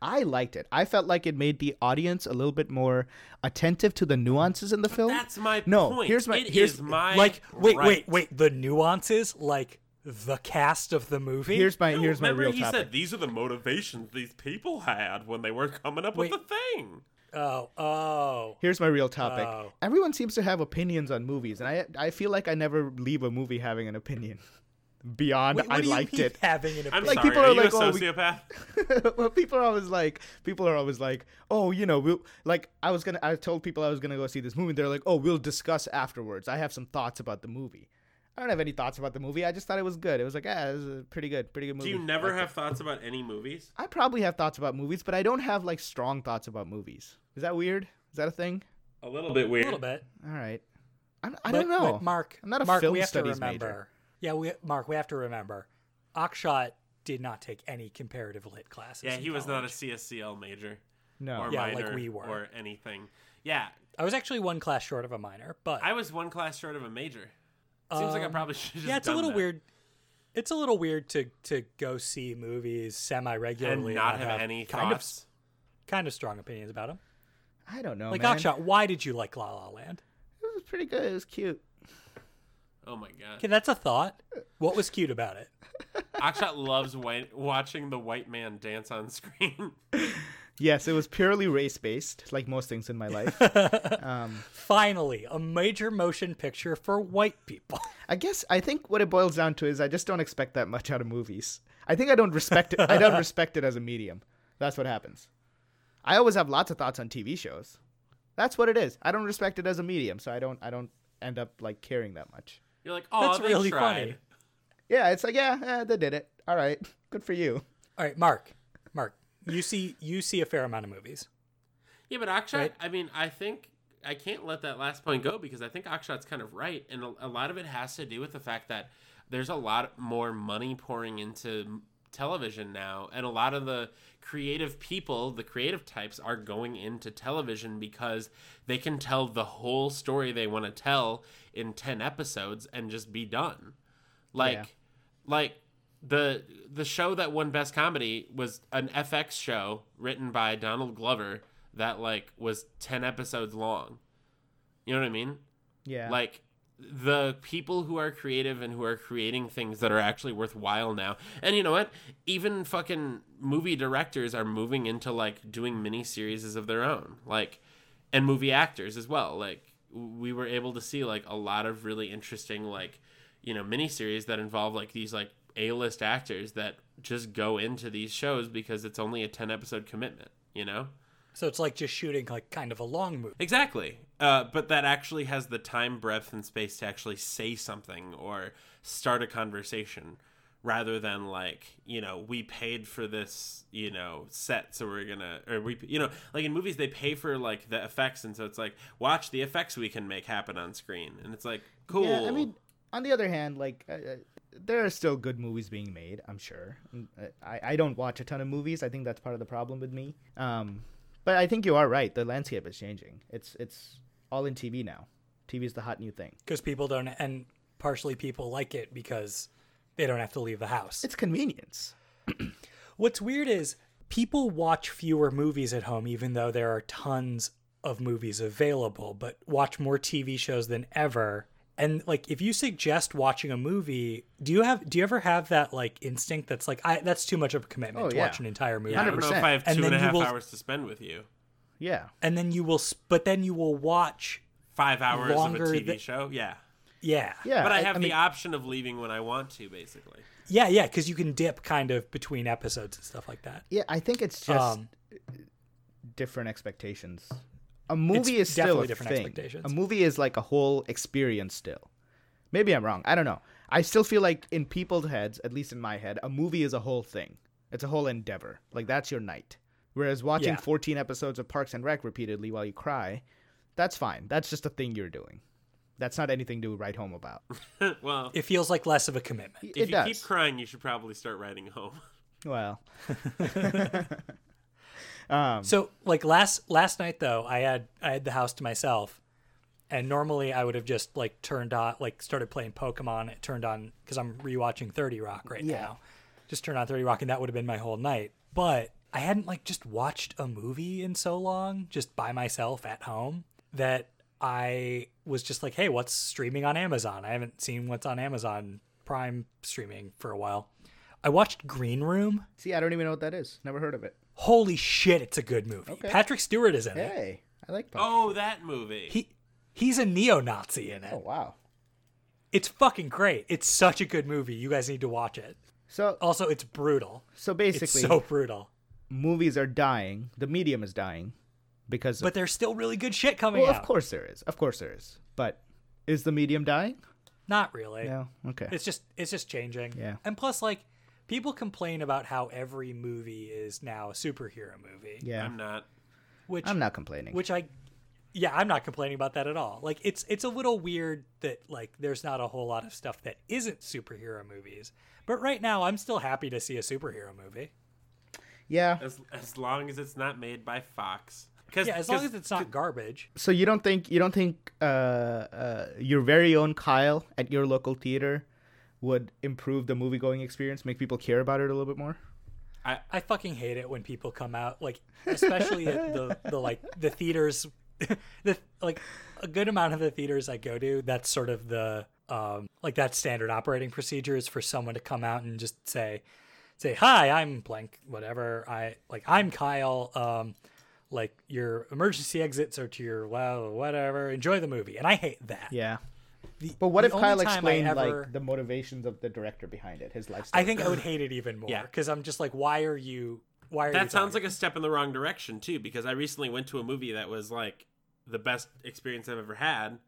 S3: I liked it. I felt like it made the audience a little bit more attentive to the nuances in the film.
S2: That's my
S3: no.
S2: point.
S3: Here's my
S2: It
S3: here's
S2: is my
S1: like wait
S2: right.
S1: wait wait the nuances like the cast of the movie
S3: here's my
S2: No,
S3: here's my
S2: remember
S3: real
S2: he
S3: topic.
S2: said these are the motivations these people had when they were coming up
S1: Wait.
S2: with the thing.
S1: oh oh
S3: Here's my real topic.
S1: Oh.
S3: Everyone seems to have opinions on movies, and I I feel like I never leave a movie having an opinion *laughs* beyond
S1: Wait, what
S3: I
S1: do you
S3: liked
S1: mean
S3: it.
S1: having an
S2: I'm
S1: opinion?
S3: Like,
S2: sorry.
S3: people
S2: are,
S3: are
S2: you
S3: like,
S2: a
S3: "Oh, we-
S2: sociopath?
S3: *laughs* well, people are always like, people are always like, oh, you know, we'll like. I was gonna, I told people I was gonna go see this movie. They're like, oh, we'll discuss afterwards. I have some thoughts about the movie. I don't have any thoughts about the movie. I just thought it was good. It was like, ah, it was a pretty good, pretty good movie.
S1: *laughs*
S2: Do you never
S3: Like,
S2: have thoughts about any movies?
S3: I probably have thoughts about movies, but I don't have like strong thoughts about movies. Is that weird? Is that a thing?
S2: A little bit weird.
S1: a little bit
S3: All right. I, I
S1: But-
S3: don't know.
S1: but mark
S3: I'm not a
S1: mark
S3: film
S1: we have to
S3: studies
S1: remember
S3: major.
S1: yeah we mark we have to remember akshat did not take any comparative lit classes
S2: Yeah,
S1: in
S2: he was not a
S1: college. Oh.
S2: CSCL major
S3: No.
S2: or
S1: Yeah, like
S2: minor
S1: we were.
S2: or anything. Yeah,
S1: I was actually one class short of a minor but
S2: I was one class short of a major. Seems like I
S1: Um,
S2: probably *laughs* should. Just
S1: yeah it's a
S2: done
S1: little
S2: that
S1: weird it's a little weird to to go see movies
S2: and
S1: semi-regularly
S2: not have any
S1: kind
S2: thoughts. Oh,
S1: of kind of strong opinions about them
S3: I don't know.
S1: like
S3: man.
S1: akshat why did you like la la land
S3: It was pretty good. It was cute.
S2: Oh my god,
S1: Okay, that's a thought. What was cute about it?
S2: Akshat loves white, watching the white man dance on screen. *laughs*
S3: Yes, it was purely race based, like most things in my life. um,
S1: Finally, a major motion picture for white people. *laughs*
S3: I guess I think what it boils down to is I just don't expect that much out of movies. I think I don't respect it. I don't respect it as a medium. That's what happens. I always have lots of thoughts on TV shows. That's what it is. I don't respect it as a medium, so I don't. I don't end up like caring that much.
S2: You're like, oh,
S1: That's
S2: they
S1: really
S2: tried.
S1: funny.
S3: Yeah, it's like yeah, eh, they did it. All right, *laughs* good for you.
S1: All right, Mark. Mark, you see you see a fair amount of movies.
S2: Yeah, but Akshat,
S1: Right?
S2: I mean, I think I can't let that last point go because I think Akshat's kind of right, and a, a lot of it has to do with the fact that there's a lot more money pouring into m- television now, and a lot of the creative people, the creative types, are going into television because they can tell the whole story they want to tell in ten episodes and just be done. Like,
S3: Yeah.
S2: like the the show that won best comedy was an FX show written by Donald Glover that like was 10 episodes long. You know what I mean?
S3: Yeah,
S2: Like the people who are creative and who are creating things that are actually worthwhile now. And you know what? Even fucking movie directors are moving into like doing mini series of their own. Like and movie actors as well. Like we were able to see like a lot of really interesting like you know miniseries that involve like these like A-list actors that just go into these shows because it's only a 10 episode commitment, you know?
S1: So it's like just shooting like kind of a long movie.
S2: Exactly. Uh, but that actually has the time, breadth, and space to actually say something or start a conversation rather than like, you know, we paid for this, you know, set, so we're gonna, or we, you know, like in movies, they pay for like the effects. And so it's like, watch the effects we can make happen on screen. And it's like, cool.
S3: Yeah, I mean, on the other hand, like uh, uh, there are still good movies being made. I'm sure. Mm, uh, I I don't watch a ton of movies. I think that's part of the problem with me. Um, but I think you are right. The landscape is changing. It's it's all in TV now. TV is the hot new thing.
S1: because people don't, and partially people like it because they don't have to leave the house.
S3: It's convenience.
S1: What's weird is people watch fewer movies at home, even though there are tons of movies available, but watch more TV shows than ever. And like, if you suggest watching a movie, do you have do you ever have that like instinct that's like, I that's too much of a commitment
S3: Oh,
S1: to
S3: yeah.
S1: watch an entire movie?
S2: Yeah, I don't know if
S3: 100%.
S2: I have
S1: And
S2: two
S1: then
S2: and a
S1: you
S2: half
S1: will-
S2: hours to spend with you.
S3: Yeah.
S1: And then you will, s- but then you will watch.
S2: Five hours
S1: Longer
S2: of a TV
S1: than-
S2: show. Yeah.
S1: Yeah,
S3: Yeah.
S2: But I have
S3: mean,
S2: the option of leaving when I want to, basically. *laughs*
S1: yeah, yeah, because you can dip kind of between episodes and stuff like that.
S3: Yeah, I think it's just
S1: Um,
S3: different expectations. A movie
S1: It's
S3: is still
S1: definitely
S3: a
S1: different
S3: thing.
S1: expectations.
S3: A movie is like a whole experience still. Maybe I'm wrong. I don't know. I still feel like in people's heads, at least in my head, a movie is a whole thing. It's a whole endeavor. Like that's your night. Whereas watching
S1: Yeah.
S3: 14 episodes of Parks and Rec repeatedly while you cry, that's fine. That's just a thing you're doing. That's not anything to write home about.
S2: well,
S1: It feels like less of a commitment.
S2: if
S3: it
S2: you
S3: does.
S2: keep crying, you should probably start
S1: *laughs*
S2: writing home.
S3: well,
S1: So like last last night though, I had I had the house to myself, and normally I would have just like turned on like started playing Pokemon. It turned on because I'm rewatching Thirty Rock right now. Just turned on Thirty Rock, and that would have been my whole night. But I hadn't like just watched a movie in so long, just by myself at home, that I was just like, hey, what's streaming on Amazon? I haven't seen what's on Amazon Prime streaming for a while. I watched Green Room.
S3: see, I don't even know what that is. Never heard of it.
S1: Holy shit, it's a good movie. Patrick Stewart is in it.
S3: Hey, I like Parks.
S2: Oh, that movie.
S1: he he's a neo-Nazi in
S3: oh
S1: it.
S3: wow.
S1: It's fucking great. It's such a good movie. You guys need to watch it.
S3: So
S1: Also, it's brutal.
S3: so basically
S1: It's so brutal.
S3: movies are dying. The medium is dying because
S1: But
S3: of,
S1: there's still really good shit coming
S3: well,
S1: out.
S3: of course there is. Of course there is. But is the medium dying?
S1: Not really.
S3: No. Okay.
S1: It's just it's just changing.
S3: Yeah.
S1: And plus like people complain about how every movie is now a superhero movie,
S3: yeah.
S2: I'm not.
S1: which
S3: I'm not complaining.
S1: which I yeah, I'm not complaining about that at all. Like it's it's a little weird that like there's not a whole lot of stuff that isn't superhero movies. But right now I'm still happy to see a superhero movie.
S3: yeah.
S2: As, as long as it's not made by Fox. Cause,
S1: Yeah, as
S2: 'cause-
S1: long as it's not garbage.
S3: So you don't think you don't think uh, uh, your very own Kyle at your local theater would improve the movie going experience, make people care about it a little bit more?
S1: I fucking hate it when people come out like, especially at the the like the theaters, *laughs* the like a good amount of the theaters I go to. That's sort of the um like that standard operating procedure is for someone to come out and just say, say hi, I'm blank, whatever. I like I'm Kyle. Um, like your emergency exits are to your well, whatever. Enjoy the movie, and I hate that.
S3: Yeah.
S1: The-
S3: But what
S1: the
S3: if
S1: only
S3: Kyle
S1: time I
S3: explained
S1: ever-
S3: like the motivations of the director behind it, his lifestyle?
S1: I think I would hate it even more
S2: Yeah.
S1: because I'm just like, why are you? Why are you
S2: that
S1: talking
S2: sounds like a step in the wrong direction too because i recently went to a movie that was like the best experience i've ever had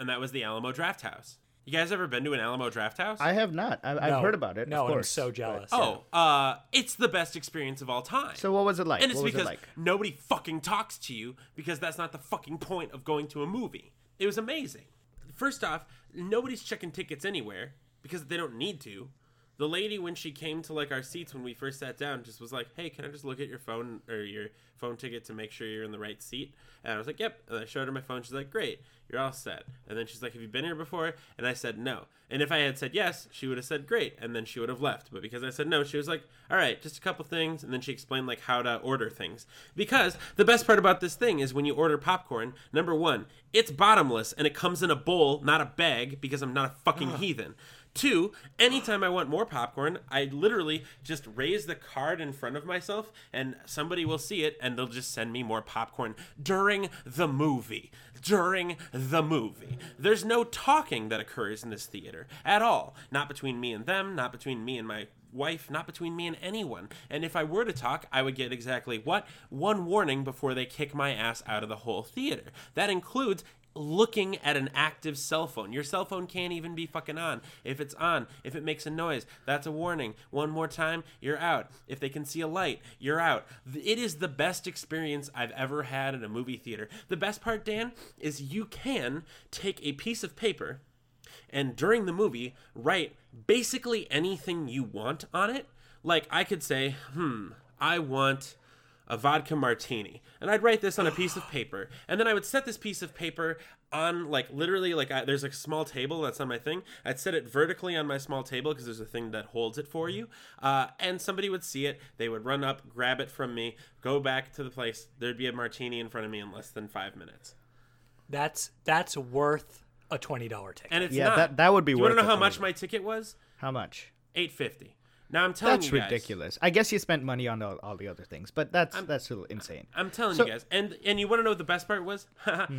S2: and that was the alamo draft house you guys ever been to an alamo draft house
S3: I have not. I, I've
S1: No.
S3: heard about it.
S1: No,
S3: of
S1: and I'm
S3: course,
S1: so
S3: but-
S1: jealous.
S2: oh uh it's the best experience of all time
S3: So what was it like?
S2: and it's
S3: what was
S2: because
S3: it like?
S2: nobody fucking talks to you because that's not the fucking point of going to a movie it was amazing first off nobody's checking tickets anywhere because they don't need to the lady when she came to like our seats when we first sat down just was like hey can i just look at your phone or your phone ticket to make sure you're in the right seat and i was like yep and i showed her my phone she's like great you're all set and then she's like have you been here before and i said no and if i had said yes she would have said great and then she would have left but because i said no she was like all right just a couple things and then she explained like how to order things because the best part about this thing is when you order popcorn number one it's bottomless and it comes in a bowl not a bag because i'm not a fucking heathen Two, anytime I want more popcorn, I literally just raise the card in front of myself and somebody will see it and they'll just send me more popcorn during the movie. During the movie. There's no talking that occurs in this theater at all. Not between me and them, not between me and my wife, not between me and anyone. And if I were to talk, I would get exactly what? One warning before they kick my ass out of the whole theater. That includes looking at an active cell phone. Your cell phone can't even be fucking on. If it's on, if it makes a noise, that's a warning. One more time, you're out. If they can see a light, you're out. Th- It is the best experience I've ever had in a movie theater. The best part, Dan, is you can take a piece of paper and during the movie write basically anything you want on it. Like I could say, "Hmm, I want a vodka martini, and I'd write this on a piece of paper, and then I would set this piece of paper on like literally like I, there's a small table that's on my thing. I'd set it vertically on my small table because there's a thing that holds it for you, uh, and somebody would see it. They would run up, grab it from me, go back to the place. There'd be a martini in front of me in less than five minutes.
S1: That's that's worth a twenty dollar ticket.
S2: And it's
S3: Yeah,
S2: not.
S3: that- that would be
S2: Do you wanna
S3: worth
S2: know
S3: it
S2: how
S3: for
S2: much
S3: me.
S2: my ticket was?
S3: How much?
S2: Eight fifty. Now
S1: Oh,
S2: I'm telling
S3: That's
S2: you guys,
S3: ridiculous. I guess you spent money on all, all the other things, but that's that's a little insane.
S2: I'm telling
S3: So- Hmm.
S2: you guys, and and you want to know what the best part was? *laughs*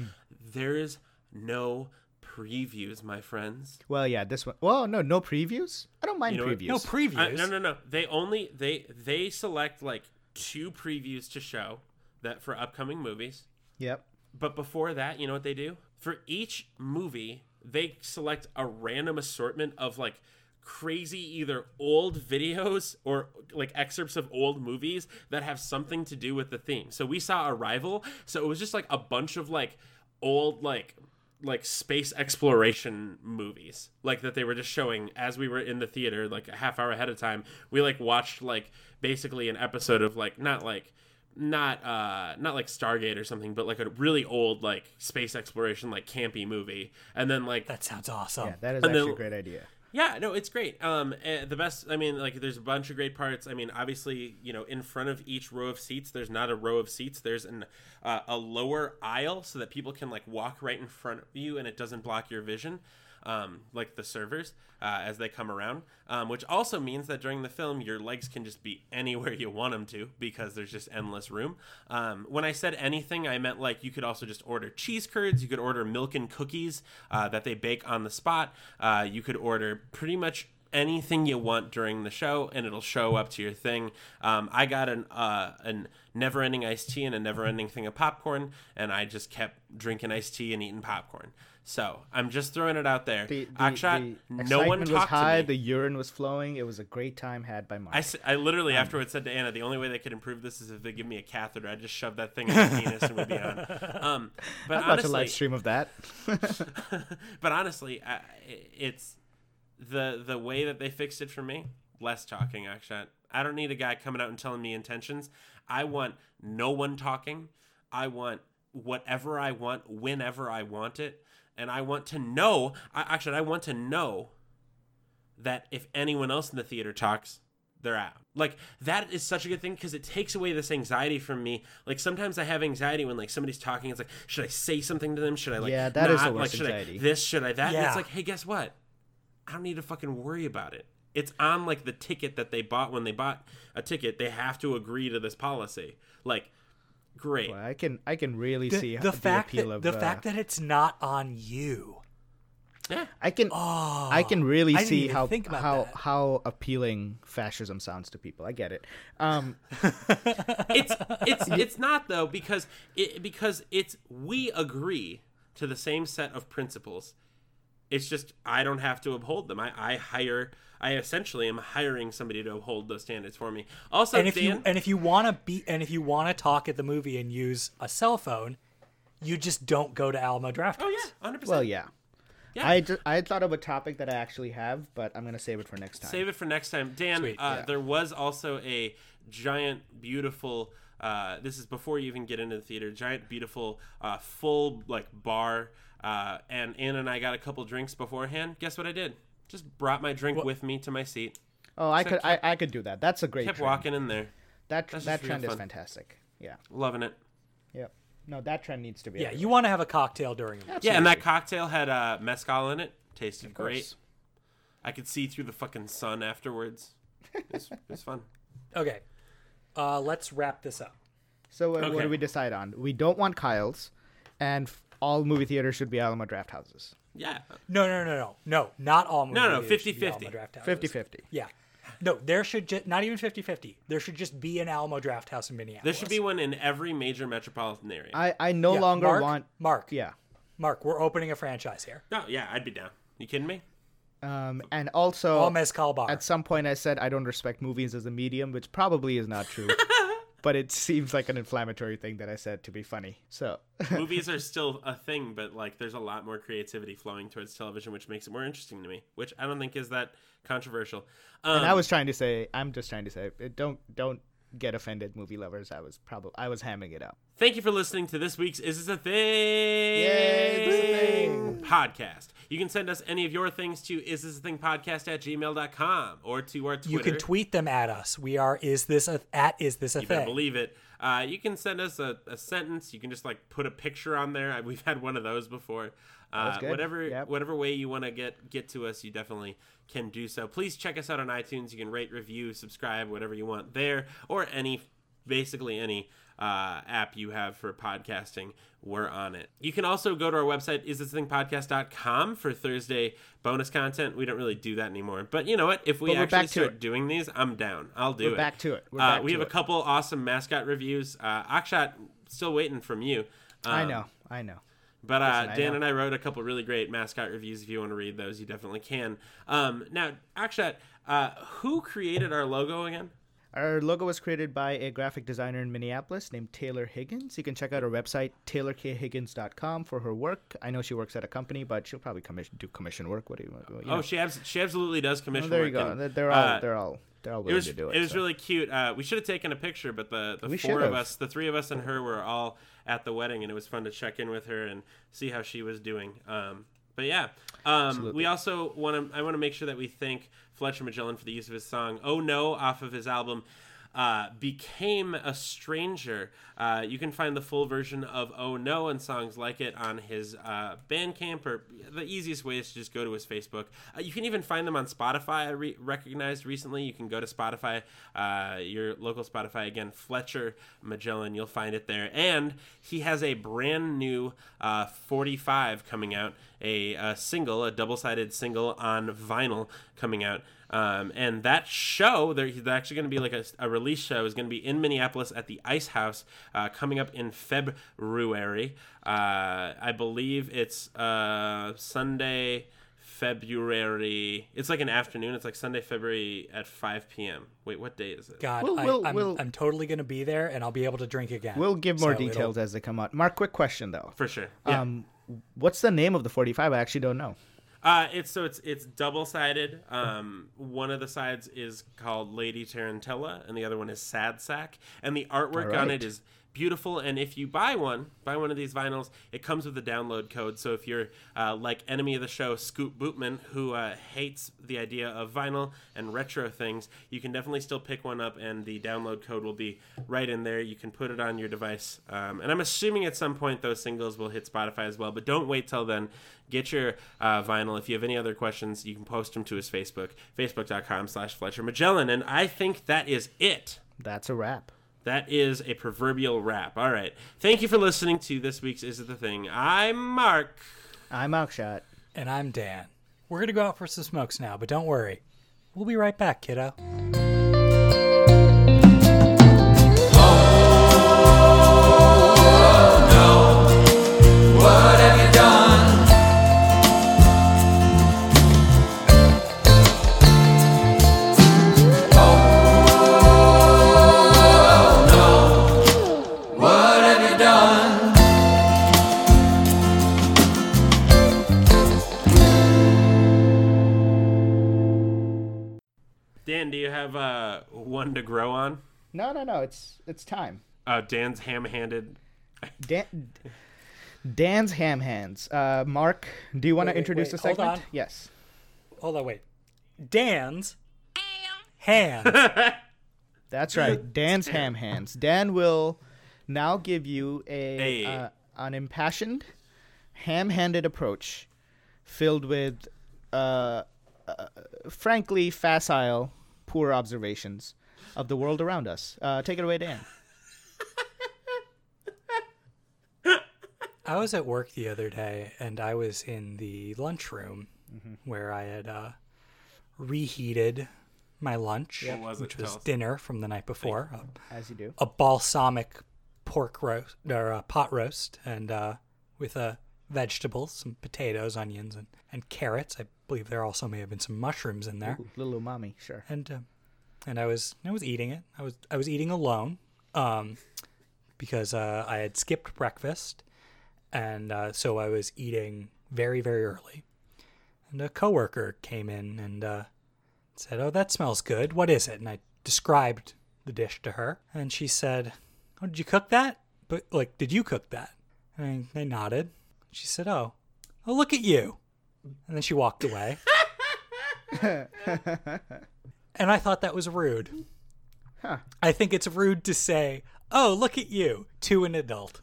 S2: There is no previews, my friends.
S3: Well, yeah, this one. Well, no, no previews. I don't mind
S2: You know what?
S3: previews.
S1: no previews.
S2: Uh, no, no, no. They only they they select like two previews to show that for upcoming movies.
S3: Yep.
S2: But before that, you know what they do? For each movie, they select a random assortment of like crazy either old videos or like excerpts of old movies that have something to do with the theme. So we saw Arrival, so it was just like a bunch of like old like like space exploration movies like that they were just showing as we were in the theater like a half hour ahead of time we like watched like basically an episode of like not like not uh not like Stargate or something, but like a really old like space exploration like campy movie, and then like
S1: That sounds awesome.
S3: Yeah, that is
S2: And
S3: actually
S2: then-
S3: a great idea.
S2: yeah, no, it's great. Um, eh, the best. I mean, like, there's a bunch of great parts. I mean, obviously, you know, in front of each row of seats, there's not a row of seats. There's an uh, a lower aisle so that people can like walk right in front of you, and it doesn't block your vision. Um, like the servers uh, as they come around, um, which also means that during the film your legs can just be *laughs* anywhere you want them to because there's just endless room. Um, when I said anything, I meant like you could also just order cheese curds, you could order milk and cookies uh, that they bake on the spot. Uh, you could order pretty much anything you want during the show, and it'll show up to your thing. Um, I got an uh, an never ending iced tea and a never ending thing of popcorn, and I just kept drinking iced tea and eating popcorn. So I'm just throwing it out there.
S3: The, the,
S2: Akshat,
S3: the
S2: no one
S3: excitement
S2: talked
S3: was high.
S2: to me.
S3: The urine was flowing. It was a great time had by Mark.
S2: I, s- I literally
S3: Um,
S2: afterwards said to Anna, the only way they could improve this is if they give me a catheter. I just shove that thing
S3: *laughs*
S2: in my penis and we'd be on. Um, but
S3: I'd watch
S2: honestly,
S3: a live stream of that. *laughs*
S2: *laughs* but honestly, I, it's the the way that they fixed it for me. Less talking, Akshat. I don't need a guy coming out and telling me intentions. I want no one talking. I want whatever I want, whenever I want it, and I want to know. I, actually, I want to know that if anyone else in the theater talks, they're out. Like that is such a good thing because it takes away this anxiety from me. Like sometimes I have anxiety when like somebody's talking. It's like, should I say something to them? Should I like
S3: Yeah, that is the
S2: not?
S3: worst
S2: like, should
S3: anxiety.
S2: I this? Should I that? And
S1: Yeah.
S2: it's like, hey, guess what? I don't need to fucking worry about it. It's on like the ticket that they bought when they bought a ticket. They have to agree to this policy. Like, great.
S3: Well, I can I can really
S1: The,
S3: see
S1: the
S3: the,
S1: fact
S3: appeal
S1: that
S3: of
S1: the
S3: uh,
S1: fact that it's not on you.
S2: Yeah.
S3: I can I can really
S1: Oh, I didn't
S3: see
S1: even
S3: how
S1: think about
S3: how
S1: that.
S3: how appealing fascism sounds to people. I get it. Um,
S2: it's
S1: *laughs*
S2: it's it's not though because it because it's we agree to the same set of principles. It's just I don't have to uphold them. I, I hire I essentially am hiring somebody to uphold those standards for me. Also,
S1: and if
S2: Oh, Dan,
S1: you and if you want to be and if you want to talk at the movie and use a cell phone, you just don't go to Alamo Draft.
S2: oh yeah, hundred percent.
S3: well, yeah.
S2: Yeah.
S3: I, ju- I thought of a topic that I actually have, but I'm gonna save it for next time.
S2: Save it for next time, Dan.
S1: Sweet.
S2: uh,
S3: Yeah.
S2: There was also a giant, beautiful. Uh, this is before you even get into the theater. Giant, beautiful, uh, full like bar. Uh, and Anna and I got a couple drinks beforehand. Guess what I did? Just brought my drink with me to my seat.
S3: oh, I could I, I could do that. That's a great
S2: Kept
S3: trend.
S2: walking in there,
S3: That
S2: That's
S3: that
S2: just real
S3: trend is
S2: fun.
S3: fantastic. Yeah.
S2: loving it.
S3: Yep. No, that trend needs to be.
S1: Yeah, you want to have a cocktail during the
S2: Yeah, and that cocktail had uh, mezcal in it. Tasted great.
S3: course.
S2: I could see through the fucking sun afterwards. It's, it's fun.
S1: Okay, uh, let's wrap this up.
S3: So uh, what
S2: Okay.
S3: do we decide on? We don't want Kyle's, and f- all movie theaters should be Alamo Draft Houses.
S2: Yeah.
S1: No, no, no, no, no, not all movies.
S2: No, no,
S1: should be
S2: 50-50.
S1: Alamo Draft houses.
S3: 50-50.
S1: Yeah, no, there should just not even 50-50. There should just be an Alamo Draft House in Minneapolis.
S2: There should be one in every major metropolitan area.
S3: I I no
S1: Yeah,
S3: longer
S1: Mark,
S3: want.
S1: Mark.
S3: Yeah.
S1: Mark. We're opening a franchise here.
S2: no, yeah, I'd be down. You kidding
S3: *laughs*
S2: me?
S3: Um, and also
S1: All mezcal bar.
S3: at some point I said I don't respect movies as a medium, which probably is
S2: *laughs*
S3: not true. but it seems like an inflammatory thing that I said to be funny. So *laughs*
S2: movies are still a thing, but like there's a lot more creativity flowing towards television, which makes it more interesting to me. Which I don't think is that controversial. Um,
S3: and I was trying to say I'm just trying to say eh, uh, don't don't get offended movie lovers. I was probably I was hamming it up.
S2: Thank you for listening to this week's Is This a Thing?
S3: Yay, this is a thing.
S2: Podcast. You can send us any of your things to is this a thing podcast at gmail.com or to our Twitter.
S1: You can tweet them at us. We are is this a at is this a
S2: You better
S1: thing?
S2: believe it. Uh, you can send us a, a sentence. You can just like put a picture on there. *laughs* I- We've had one of those before. Uh,
S3: Oh, good.
S2: Whatever
S3: Yep.
S2: whatever way you want to get get to us, you definitely can do so. Please check us out on iTunes. You can rate, review, subscribe, whatever you want there, or any basically any uh, app you have for podcasting. We're on it. You can also go to our website, isthisthingpodcast.com, for Thursday bonus content. We don't really do that anymore, but you know what? If we
S3: But we're
S2: actually
S3: back to
S2: start
S3: it.
S2: doing these, I'm down. I'll do
S3: We're
S2: it.
S3: back to it. We're
S2: Uh,
S3: back
S2: we
S3: to
S2: have a
S3: it.
S2: couple awesome mascot reviews. Uh, Akshat, still waiting from you. Um,
S3: I know. I know.
S2: But uh,
S3: I
S2: Dan
S3: know.
S2: and I wrote a couple really great mascot reviews. If you want to read those, you definitely can. Um, now, Akshat, uh, who created our logo again?
S3: Our logo was created by a graphic designer in Minneapolis named Taylor Higgins. You can check out her website, taylorkhiggins.com, for her work. I know she works at a company, but she'll probably commission, do commission work. What do you, you know.
S2: Oh, she, abs- she absolutely does commission
S3: Well, Oh, there you
S2: work.
S3: go.
S2: and,
S3: They're- They're all,
S2: uh,
S3: they're all, they're all
S2: it
S3: willing
S2: was
S3: to
S2: it
S3: do it.
S2: was
S3: so.
S2: really cute. Uh, we should have taken a picture, but the, the
S3: We
S2: four of
S3: should've.
S2: us, the three of us and her, were all at the wedding, and it was fun to check in with her and see how she was doing. Um, but yeah, um, we also want to. I want to make sure that we thank Fletcher Magellan for the use of his song "Oh No" off of his album. Uh, became a stranger. Uh, you can find the full version of "Oh No" and songs like it on his uh, Bandcamp, or the easiest way is to just go to his Facebook. Uh, you can even find them on Spotify. I re- recognized recently. You can go to Spotify, uh, your local Spotify again, Fletcher Magellan. You'll find it there. And he has a brand new uh, 45 coming out, a, uh single, a double-sided single on vinyl coming out. Um, and that show, there- there's actually going to be like a, a release show, is going to be in Minneapolis at the Ice House uh, coming up in February. Uh, I believe it's uh, Sunday, February. It's like an afternoon. It's like Sunday, February at 5 p.m. Wait, what day is it?
S1: God,
S3: We'll-
S1: I,
S3: we'll-
S1: I'm,
S3: we'll-
S1: I'm totally gonna be there, and I'll be able to drink again.
S3: We'll give more
S1: So it'll-
S3: details as they come out. Mark, quick question though.
S2: For sure. Yeah.
S3: Um, what's the name of the 45? I actually don't know.
S2: Uh, it's so it's it's double sided. Um, one of the sides is called Lady Tarantella, and the other one is Sad Sack. And the artwork on
S3: Alright.
S2: it is beautiful. And if you buy one, buy one of these vinyls, it comes with a download code. So if you're uh, like enemy of the show Scoot Bootman, who uh, hates the idea of vinyl and retro things, you can definitely still pick one up, and the download code will be right in there. You can put it on your device. Um, and I'm assuming at some point those singles will hit Spotify as well. But don't wait till then. Get your uh, vinyl. If you have any other questions, you can post them to his Facebook, facebook.com slash Fletcher Magellan. And I think that is it.
S3: That's a wrap.
S2: That is a proverbial wrap. All right. Thank you for listening to this week's Is It the Thing. I'm Mark.
S3: I'm outshot.
S1: And I'm Dan. We're gonna go out for some smokes now, but don't worry, we'll be right back, kiddo.
S4: What have you done? Oh no! What have you done?
S2: Dan, do you have uh, one to grow on?
S3: No, no, no. It's it's time.
S2: Uh, Dan's ham handed.
S3: Dan, Dan's ham hands. Uh, Mark, do you want
S1: Wait,
S3: to
S1: wait,
S3: introduce
S1: wait,
S3: the
S1: hold
S3: segment?
S1: on.
S3: Yes.
S1: Hold on, wait. Dan's hand.
S3: That's right.
S1: *laughs*
S3: Dan's ham hands. Dan will now give you a
S2: Hey.
S3: uh, an impassioned, ham-handed approach, filled with, uh, uh, frankly, facile, poor observations of the world around us. Uh, take it away, Dan.
S1: I was at work the other day, and I was in the lunchroom
S2: Mm-hmm.
S1: where I had uh, reheated my lunch,
S2: What was it?
S1: which
S2: Tell
S1: was
S2: us.
S1: dinner from the night before. A,
S3: As you do.
S1: a balsamic pork roast or a pot roast, and uh, with uh, vegetables, some potatoes, onions, and, and carrots. I believe there also may have been some mushrooms in there.
S3: Ooh, little umami, sure.
S1: and um, and I was I was eating it. I was I was eating alone, um, because uh, I had skipped breakfast, and uh, so I was eating very very early. And a coworker came in and uh, said, "Oh, that smells good. What is it?" And I described the dish to her, and she said, "Oh, did you cook that? But like, did you cook that?" And I, I nodded. She said, "Oh, oh, look at you," and then she walked away. and I thought that was rude.
S3: Huh.
S1: I think it's rude to say, "Oh, look at you," to an adult.